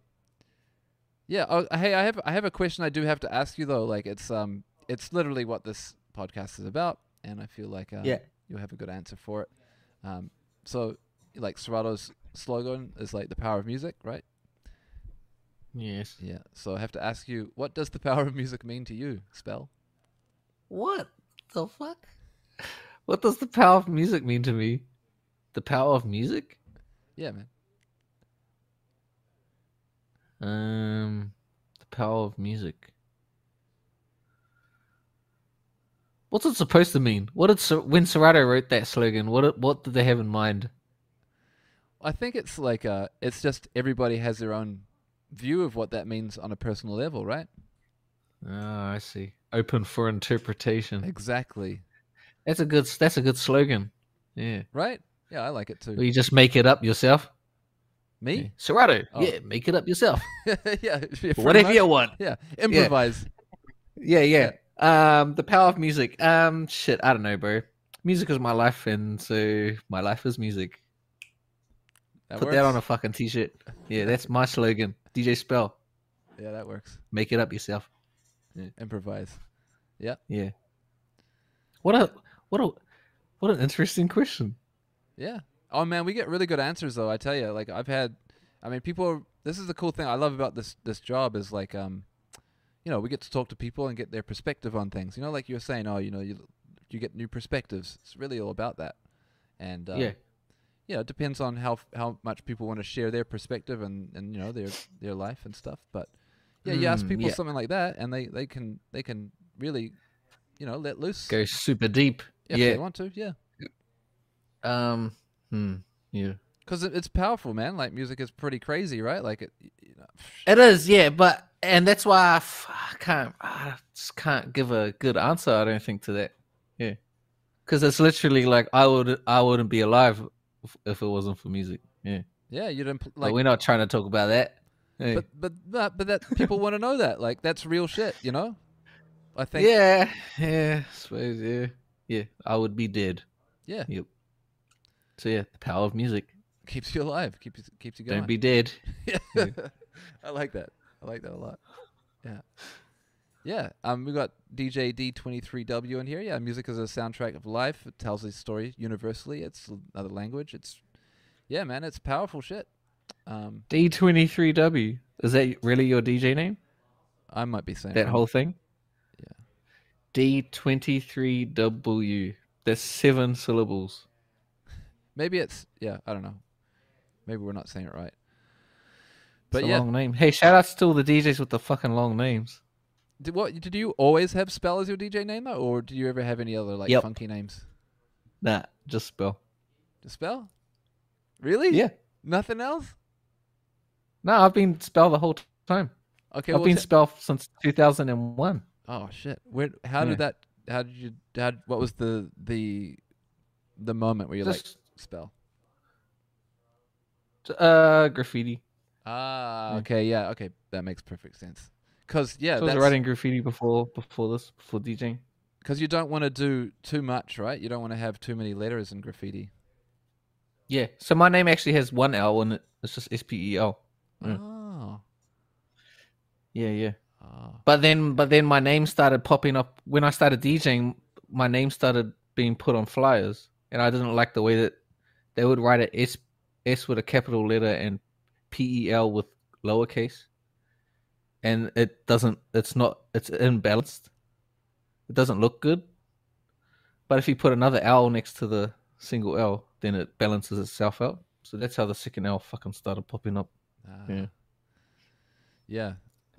Yeah. Oh, hey, I have I have a question I do have to ask you though. Like it's um it's literally what this podcast is about, and I feel like uh, Yeah. you'll have a good answer for it. Um. So like Serrato's slogan is like the power of music, right? Yes. Yeah. So I have to ask you, what does the power of music mean to you, Spell? What the fuck? What does the power of music mean to me? The power of music? Yeah, man. Um, the power of music. What's it supposed to mean? What did Ser- when Serato wrote that slogan? What it- what did they have in mind? I think it's like uh, it's just everybody has their own view of what that means on a personal level, right? Ah, I see. Open for interpretation. Exactly. That's a good. That's a good slogan. Yeah. Right? Yeah, I like it too. Well, you just make it up yourself. Yeah. Me? Serato. Oh. Yeah, make it up yourself. yeah. yeah, But whatever pretty you much. want. Yeah. Improvise. Yeah, yeah. Um, the power of music. Um, shit, I don't know, bro. Music is my life, and so my life is music. Put that on a works. fucking t-shirt. Yeah, that's my slogan. DJ Spell, Yeah, that works. make it up yourself. Improvise. Yeah. What a what a what an interesting question. Yeah. Oh man, we get really good answers though. I tell you, like I've had, I mean, people. Are, this is the cool thing I love about this this job is like, um, you know, we get to talk to people and get their perspective on things. You know, like you were saying, oh, you know, you you get new perspectives. It's really all about that. And uh, Yeah. you know, it depends on how f- how much people want to share their perspective and and you know their their life and stuff. But yeah, you ask Mm, people yeah. something like that, and they they can they can really, you know, let loose Go super deep. if yeah. they want to. Yeah. Um. Hmm. Yeah. because it, it's powerful, man. Like music is pretty crazy, right? Like it, you know, It is. Yeah. But and that's why I, f- I can't. I just can't give a good answer. I don't think to that. Yeah. Because it's literally like I would. I wouldn't be alive if, if it wasn't for music. Yeah. yeah, you don't pl- Like like, we're not trying to talk about that. Yeah. but but but, but that people want to know that, like that's real shit, you know. I think, yeah, yeah. Yeah. I suppose. Yeah. Yeah. I would be dead. Yep. So yeah, the power of music. keeps you alive, keeps keeps you going. Don't be dead. yeah. I like that. I like that a lot. Yeah, yeah. Um, we got DJ D23W in here. Yeah, music is a soundtrack of life. It tells a story universally. It's another language. It's yeah, man. It's powerful shit. Um, D23W. Is that really your DJ name? I might be saying it That wrong. whole thing? Yeah. D23W. That's seven syllables. Maybe it's yeah, I don't know. Maybe we're not saying it right. But But it's a yeah, long name. Hey, shout outs to all the DJs with the fucking long names. did, what did you always have spell as your DJ name though, or do you ever have any other like Yep. funky names? Nah, just spell. Just spell? Really? Yeah. Nothing else? No, I've been spell the whole t- time. Okay. I've well, been t- spell since 2001. oh shit! Where? How Yeah. did that? How did you? How, what was the the the moment where you are like Just- spell? Uh, graffiti. Ah, Yeah. okay, yeah, okay, that makes perfect sense. Cause yeah, so I was that's- writing graffiti before before this, before DJing. cause you don't want to do too much, right? You don't want to have too many letters in graffiti. Yeah. So my name actually has one L in it. It's just S P E L. Yeah. Oh. Yeah, yeah. Oh. But then, but then my name started popping up when I started DJing. My name started being put on flyers, and I didn't like the way that they would write a S S with a capital letter and P E L with lowercase, and it doesn't. It's not. It's imbalanced. It doesn't look good. But if you put another L next to the single L, then it balances itself out. So that's how the second L fucking started popping up. Ah. Yeah. Yeah.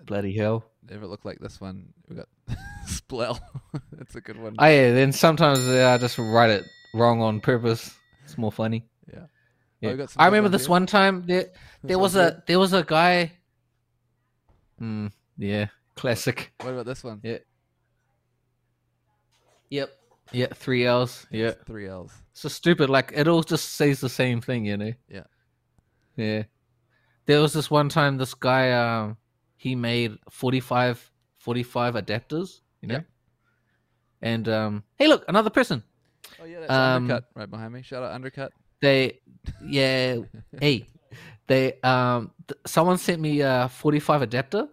Bloody hell. If it looked like this one, we got Splell. That's a good one. Oh yeah, then sometimes uh, I just write it wrong on purpose. It's more funny. Yeah. Oh, Yeah. we got some I good remember ones this here. one time there there was one's a there was a guy. Hmm. yeah, classic. What about this one? Yeah. Yep. Yeah, three L's. Yeah, It's Three L's. so stupid. Like it all just says the same thing, you know. Yeah. Yeah. There was this one time this guy um he made 45, 45 adapters, you know. Yep. And um hey look, another person. Oh yeah, that's Um, undercut right behind me. Shout out undercut. they yeah hey they um th- someone sent me a 45 adapter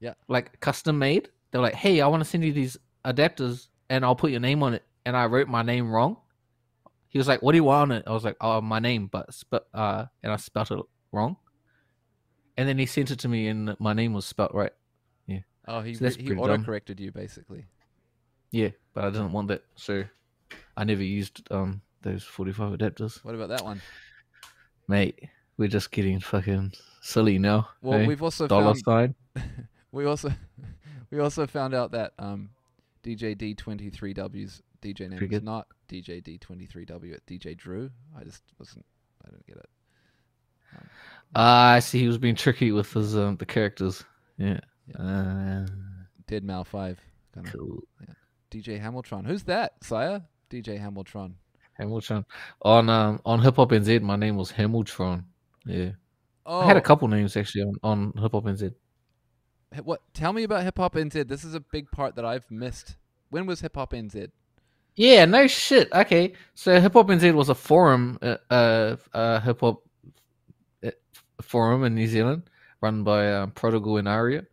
Yeah. like custom made they're like hey i want to send you these adapters and i'll put your name on it and i wrote my name wrong he was like what do you want on it i was like oh my name but sp- uh and i spelt it wrong and then he sent it to me and my name was spelt right Oh, he so that's re- he pretty dumb. auto corrected you basically. yeah but i didn't want that so i never used um those 45 adapters What about that one? mate we're just getting fucking silly now Well, eh? we've also dollar found sign. we also we also found out that um DJ D23W's DJ name Pretty is good. not DJ D23W. It's DJ Drew. I just wasn't. I didn't get it. Ah, I see. He was being tricky with his um, the characters. Yeah. Uh, Did Mal Five. Kind of. cool. DJ Hamilton. Who's that, Sire? DJ Hamilton. Hamilton on um on Hip Hop NZ. My name was Hamiltron. Yeah, Oh, I had a couple names actually on, on Hip Hop NZ. hi- What? Tell me about Hip Hop NZ. This is a big part that I've missed. When was Hip Hop NZ? Yeah, no shit. Okay, so Hip Hop NZ was a forum, uh, uh, uh hip hop uh, forum in New Zealand, run by um, Prodigal and Aria,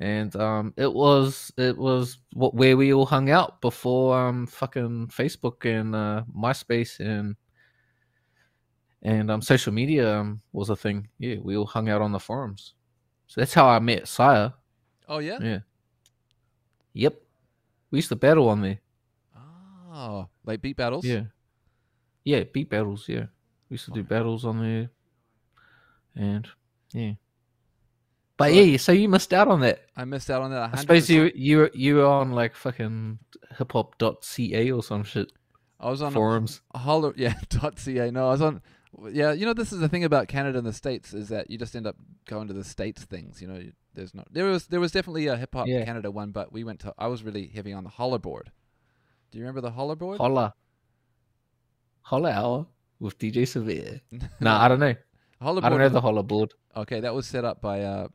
and um, it was it was what where we all hung out before um fucking Facebook and uh, MySpace and and um social media um, was a thing. Yeah, we all hung out on the forums. So that's how I met Sire. Oh yeah. Yeah. Yep. We used to battle on there. Oh, like beat battles. Yeah. Yeah, beat battles, yeah. We used to do battles on there. And yeah. But yeah, so you missed out on that. I missed out on that. 100%. I suppose you you you were on like fucking hiphop.ca or some shit I was on a- forums. a holler. Yeah. Dot ca. No, I was on. Yeah, you know this is the thing about Canada and the states is that you just end up going to the states things. You know, you- there's not there was there was definitely a hip hop Yeah. Canada one, but we went to I was really heavy on the holler board. Do you remember the holler board? Holla. Holla hour with DJ Severe. nah, I don't know. Holler I don't board know was- the holla board. Okay, that was set up by uh,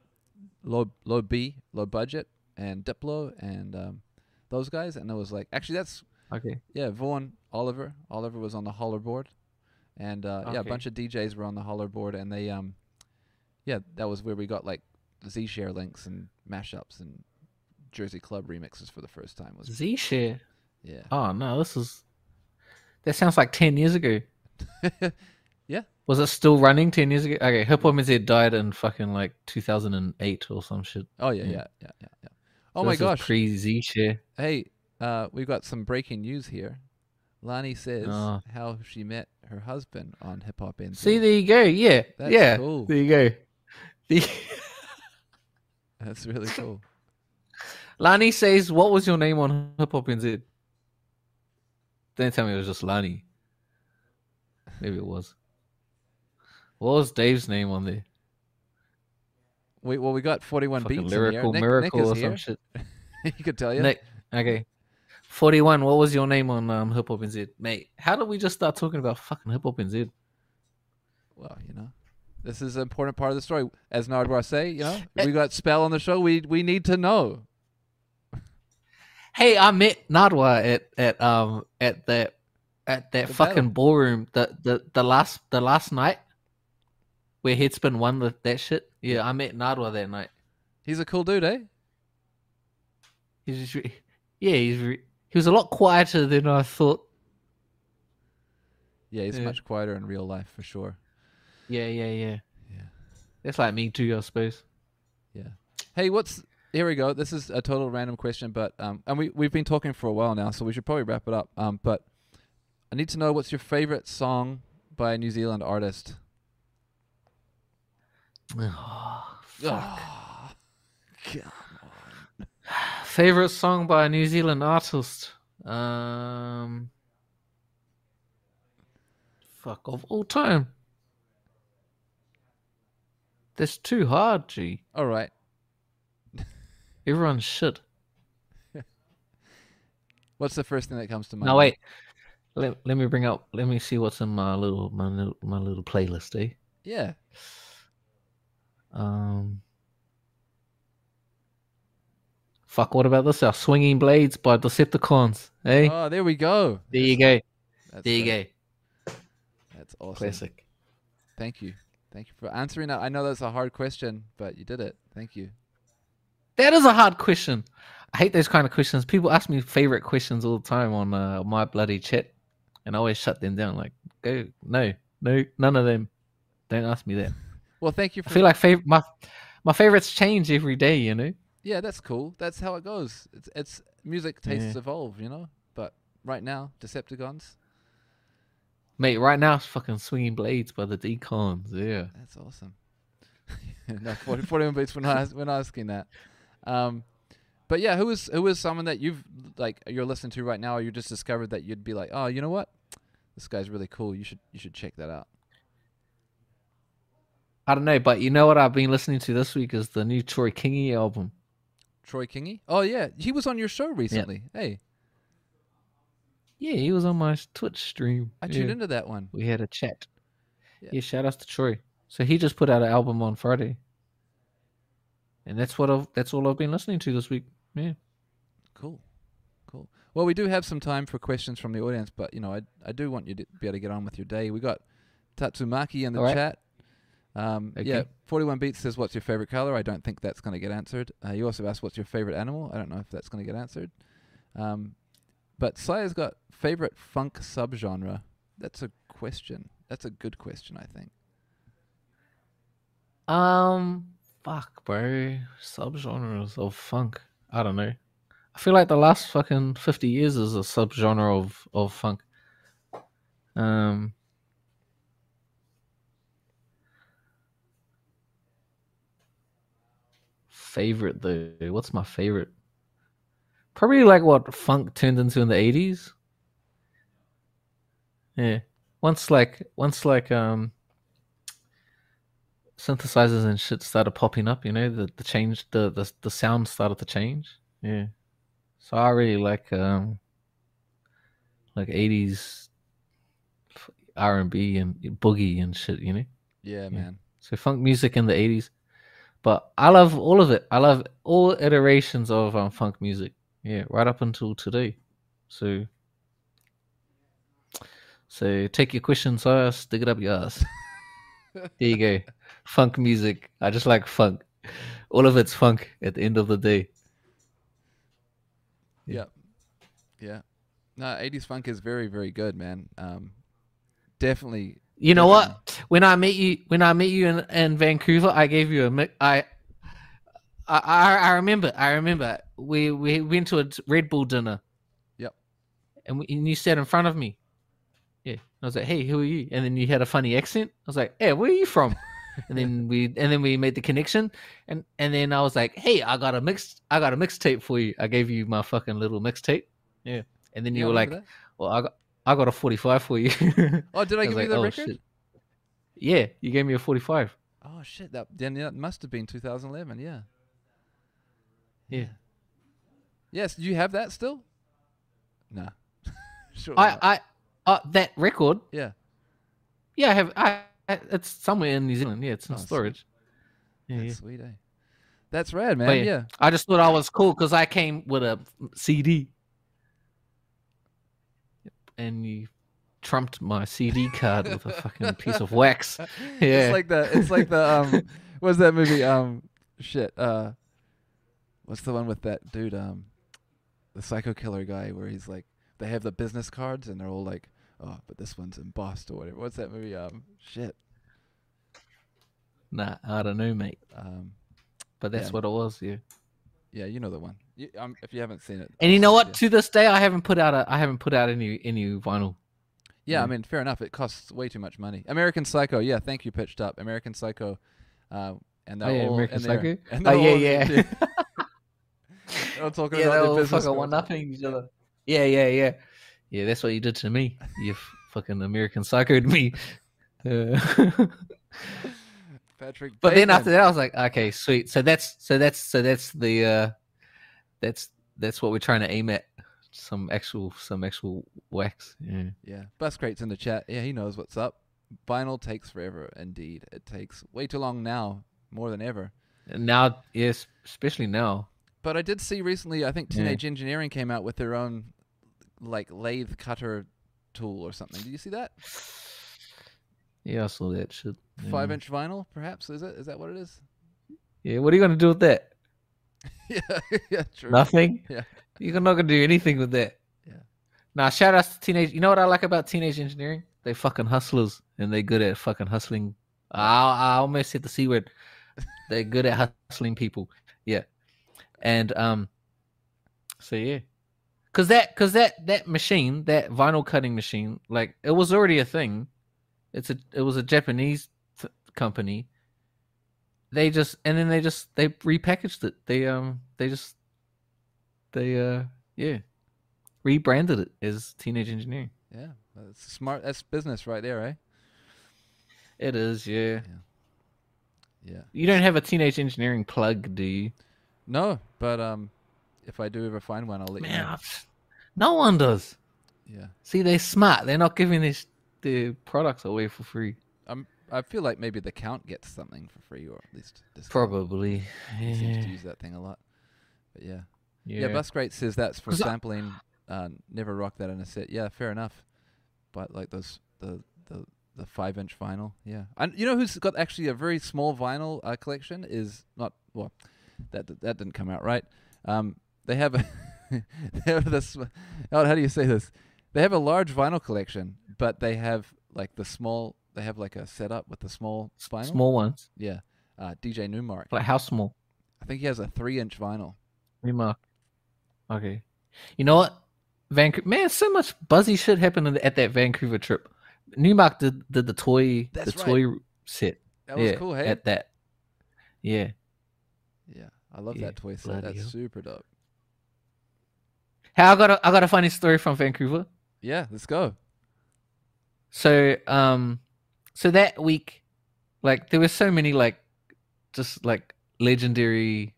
low low B, low budget, and Diplo, and um, those guys. And it was like, actually, that's Okay. yeah, Vaughn Oliver. Oliver was on the holler board, and uh, yeah, a Okay. bunch of DJs were on the holler board, and they um, yeah, that was where we got like Z share links and mashups and Jersey Club remixes for the first time. Was Z share. yeah, Oh no, this is that sounds like ten years ago. Yeah. Was it still running ten years ago? Okay, Hip Hop MZ died in fucking like two thousand and eight or some shit. oh yeah, Yeah. yeah, yeah, yeah. yeah. Oh So my this is gosh! pre Z share. Hey, uh, we've got some breaking news here. Lani says Oh. how she met her husband on Hip Hop NZ. See, there you go. Yeah, That's yeah. cool. There you go. The- That's really cool. Lani says, "What was your name on Hip Hop MZ?" Don't tell me it was just Lani. Maybe it was. What was Dave's name on there? Wait, well, we got 41 Fucking beats lyrical in here. Nick, miracle Nick is or here. some shit. you could tell, yeah. Nick, okay. 41, what was your name on um, Hip Hop NZ? Mate, how did we just start talking about fucking Hip Hop NZ? Well, you know, this is an important part of the story. As Nardwar say, you know, Eh. we got Spell on the show. We we need to know. Hey, I met Nadwa at, at um at that at that The fucking battle. ballroom the, the the last the last night where Headspin won the, that shit. Yeah, I met Nadwa that night. He's a cool dude, eh? He's just re- yeah, he's re- he was a lot quieter than I thought. Yeah, he's Yeah. much quieter in real life for sure. Yeah, yeah, yeah. Yeah. That's like me too, I suppose. Hey, what's here we go. This is a total random question, but um, and we we've been talking for a while now, so we should probably wrap it up. Um, but I need to know what's your favorite song by a New Zealand artist. Fuck. Favorite song by a New Zealand artist? Um, fuck of all time. That's too hard, G. All right. Everyone's shit. What's the first thing that comes to mind? No, wait. Let, let me bring up. Let me see what's in my little my little, my little playlist, eh? Yeah. Um. Fuck. What about this? Our swinging blades by Decepticons, eh? Oh, there we go. there you go. That's There you great. go. That's awesome. Classic. Thank you. Thank you for answering that. I know that's a hard question, but you did it. Thank you. That is a hard question. I hate those kind of questions. People ask me favorite questions all the time on uh, my bloody chat, and I always shut them down. Like, go no, no, none of them. Don't ask me that. Well, thank you I for feel like fav- my my favorites change every day. You know. Yeah, that's cool. That's how it goes. It's it's music tastes Yeah. evolve, you know? But right now, Decepticons, Mate, right now it's fucking swinging blades by the decons. Yeah, that's awesome. no, 40, 41 beats we're not as- we're not asking that. Um but yeah, who is who is someone that you've like you're listening to right now or you just discovered that you'd be like, "Oh, you know what? This guy's really cool. You should you should check that out." I don't know, but you know what I've been listening to this week is the new Troy Kingy album. Troy Kingy. Oh yeah, he was on your show recently. Hey, Yeah, he was on my Twitch stream. I yeah. tuned into that one. We had a chat. Yeah. Yeah. shout outs to Troy. So he just put out an album on Friday, and that's what I've, that's all I've been listening to this week. Yeah. Cool, cool. Well, we do have some time for questions from the audience, but you know, I I do want you to be able to get on with your day. We got Tatsumaki in the All right. chat. Um, Okay. Yeah, 41 Beats says, "What's your favorite color?" I don't think that's going to get answered. Uh, you also asked, "What's your favorite animal?" I don't know if that's going to get answered. Um, but Sire's got favorite funk subgenre. That's a question. That's a good question, I think. Um, fuck, bro. Subgenres of funk. I don't know. I feel like the last fucking fifty years is a subgenre of of funk. Um. Favorite though, what's my favorite? Probably like what funk turned into in the eighties. Yeah, once like once like um synthesizers and shit started popping up. You know, the the change, the the the sound started to change. Yeah. So I really like um like eighties R and B and boogie and shit. You know, Yeah, man. so funk music in the eighties. But I love all of it. I love all iterations of um, funk music. Yeah, right up until today. So. So take your questions, uh, stick it up your ass. There you go. funk music. I just like funk. All of it's funk at the end of the day. Yeah. Yeah. No, 80s funk is very, very good, man. Um, definitely. You know what? When I met you, when I met you in, in Vancouver, I gave you a mi- I, I, I, I remember. I remember. We we went to a t- Red Bull dinner. Yep. And, we, and you sat in front of me. Yeah. And I was like, "Hey, who are you?" And then you had a funny accent. I was like, "Hey, where are you from?" and then we and then we made the connection. And and then I was like, "Hey, I got a mix. I got a mixtape for you. I gave you my fucking little mixtape." Yeah. And then Yeah, you I were like, remember "Well, I got I got a forty five for you." that. Oh, did I was give you like, the "Oh, record? shit." Yeah, you gave me a 45. Oh, shit. That, then that must have been 2011. Yeah. Yeah. Yes. Do you have that still? No. sure. I, I, uh, that record, yeah. yeah, I have, I, I- it's somewhere in New Zealand. Yeah, it's in Oh, sick. storage. Yeah, That's yeah. sweet, eh? That's rad, man. But yeah. I just thought I was cool because I came with a CD. Yep, And you trumped my CD card with a fucking piece of wax. Yeah. It's like the it's like the um what's that movie? Um shit. Uh what's the one with that dude, um the psycho killer guy where he's like they have the business cards and they're all like, Oh, but this one's embossed or whatever. What's that movie? Um shit. Nah, I don't know, mate. Um But that's Yeah. what it was, yeah. yeah, you know the one. You, um, if you haven't seen it, And you I'll know send what? it to To this day, I haven't put out a, I haven't put out any, any vinyl. Yeah, I Yeah. mean, fair enough. It costs way too much money. American Psycho, yeah, thank you, pitched up. American Psycho, uh, and they're Oh, yeah, all American and they're- Psycho? and Oh, they're yeah, all- yeah. they're all talking yeah, about they their were business fucking one cards. upping each other. Yeah, yeah, yeah, yeah. That's what you did to me. You f- fucking American psychoed me. Uh, Patrick. but then Bateman. after that, I was like, okay, sweet. So that's so that's so that's the uh, that's that's what we're trying to aim at. Some actual some actual wax. Yeah. yeah, Bus Crate's in the chat. Yeah, he knows what's up. Vinyl takes forever, indeed. It takes way too long now, more than ever. And now, yes, especially now. But I did see recently. I think Yeah. Teenage Engineering came out with their own like lathe cutter tool or something. Did you see that? Yeah, I saw that shit. Yeah. Five inch vinyl, perhaps. Is it? Is that what it is? Yeah, what are you gonna do with that? yeah, yeah, true. Nothing. Yeah. You're not gonna do anything with that. Yeah. Now shout outs to teenage. You know what I like about teenage engineering? They fucking hustlers and they good at fucking hustling. I, I almost said the c word. They're good at hustling people. Yeah. And um. So yeah. Cause that, cause that, that machine, that vinyl cutting machine, like it was already a thing. It's a, it was a Japanese th- company. They just, and then they just, they repackaged it. They, um, they just, they, uh, yeah, rebranded it as Teenage Engineering. Yeah, that's smart. That's business right there, eh? It is, yeah. Yeah. You don't have a teenage engineering plug, do you? No, but um, if I do ever find one, I'll let Man, I've- no one does. you know. Yeah. See, they're smart. They're not giving this the products away for free. I'm. I feel like maybe the count gets something for free, or at least discount. Probably. He seems to Yeah. use that thing a lot. But yeah. Yeah, Yeah. Buskrate says that's for 'Cause I- sampling. Uh, never rock that in a set. Yeah, fair enough. But like those the the the five inch vinyl. Yeah, and you know who's got actually a very small vinyl uh, collection is not well. That that didn't come out right. Um, they have a they have this. Oh, how do you say this? They have a large vinyl collection, but they have like the small. They have like a setup with the small vinyl. Small ones. Yeah. Uh, DJ Newmark. Like how small? I think he has a three inch vinyl. Remark. Okay. You know what? Vancouver. Man, so much buzzy shit happened in- at that Vancouver trip. Newmark did, did the toy That's the right. toy set. That was yeah, cool. Hey. At that. Yeah. Yeah, I love Yeah, that toy set. bloody That's hell. super dope. Hey, I got a, I got a funny story from Vancouver. Yeah, let's go. So um so that week like there were so many like just like legendary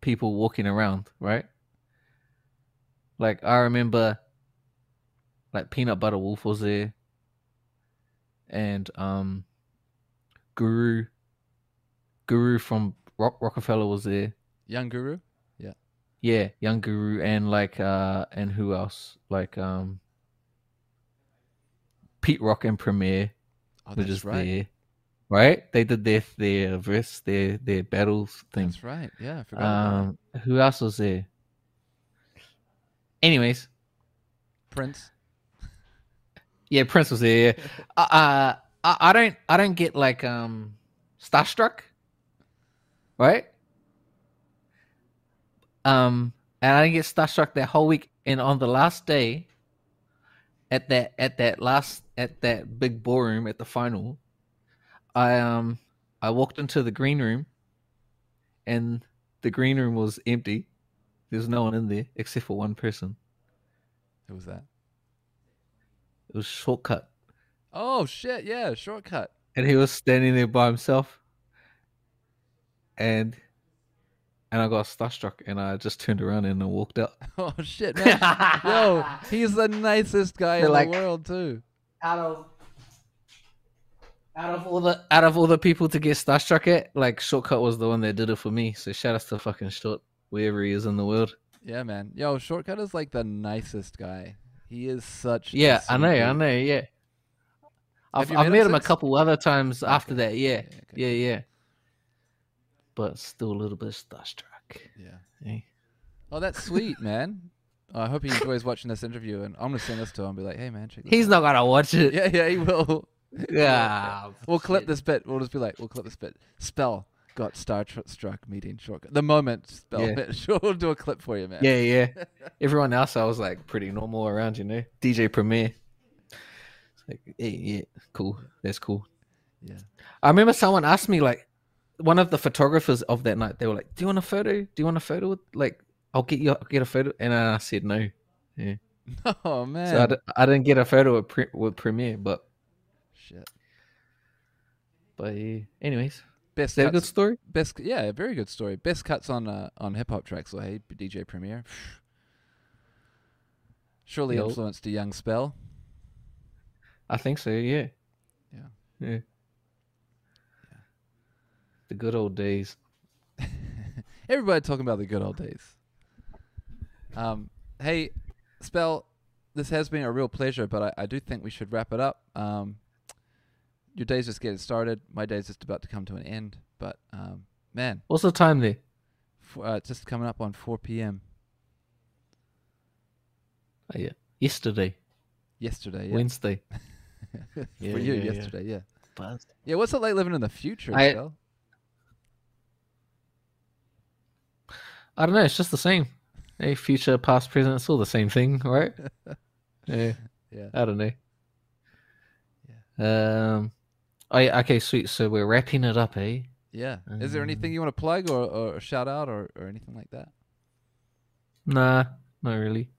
people walking around, right? Like I remember like Peanut Butter Wolf was there and um Guru Guru from Rock Rockefeller was there. Young Guru. Yeah, Young Guru and like uh and who else? Like um Pete Rock and Premier Oh, were that's just right. there. Right? They did their their verse, their their battles thing. That's right. Yeah, I forgot. about that. Um who else was there? Anyways, Prince. yeah, Prince was there. yeah. uh uh, I, I don't I don't get like um starstruck. Right? Um and I didn't get starstruck that whole week and on the last day at that at that last at that big ballroom at the final I um I walked into the green room and the green room was empty. There's no one in there except for one person. Who was that? It was shortcut. Oh shit! Yeah, shortcut. and he was standing there by himself and and i got starstruck and i just turned around and i walked out Oh shit, man. Yo, he's the nicest guy They're in like- the world too. out of out of all the out of all the people to get starstruck at like shortcut was the one that did it for me so shout out to fucking short wherever he is in the world Yeah, man. Yo, shortcut is like the nicest guy. He is such. a yeah i sweet know i dude. know yeah i've, you met I've him met him a since? couple other times after Okay. that yeah Yeah, okay. yeah yeah but still a little bit starstruck Yeah. eh? Oh, that's sweet, man. Oh, I hope he enjoys watching this interview, and I'm gonna send this to him and be like, "Hey, man, check this." he's out." not gonna watch it Yeah, yeah, he will. Yeah. We'll clip this bit. We'll just be like, we'll clip this bit. Spell got star tr- struck meeting shortcut. The moment spell. Yeah. bit. Sure, we'll do a clip for you, man. Yeah, yeah. Everyone else, I was like pretty normal around, you know. DJ Premier. It's like, yeah, yeah, cool. That's cool. Yeah. I remember someone asked me like, one of the photographers of that night. They were like, "Do you want a photo? Do you want a photo? With, like, I'll get you. I'll get a photo." And I said no. Oh man. So I, d- I didn't get a photo with, pre- with Premier, but Shit. but yeah. Anyways, is Best that cuts, a good story? best. Yeah, very good story. Best cuts on uh, on hip hop tracks. Or hey, DJ Premier. Surely Yo. influenced a young spell. I think so. Yeah. Yeah. Yeah. The good old days. Everybody talking about the good old days. Um, hey, Spell, this has been a real pleasure, but I, I do think we should wrap it up. Um, your day's just getting started. My day's just about to come to an end. But um, man, What's the time there? f- uh, it's just coming up on 4 p.m. Oh, yeah. Yesterday. yesterday. Yeah. Wednesday. Yeah, For you, yeah, yeah. yesterday, yeah. Yeah, what's it like living in the future, I- Spell? I don't know. It's just the same. Hey, future, past, present. It's all the same thing, right? yeah. Yeah. I don't know. Um. Oh, yeah, okay, sweet. So we're wrapping it up, eh? Yeah. Is Um, there anything you want to plug or, or shout out or, or anything like that? Nah, not really.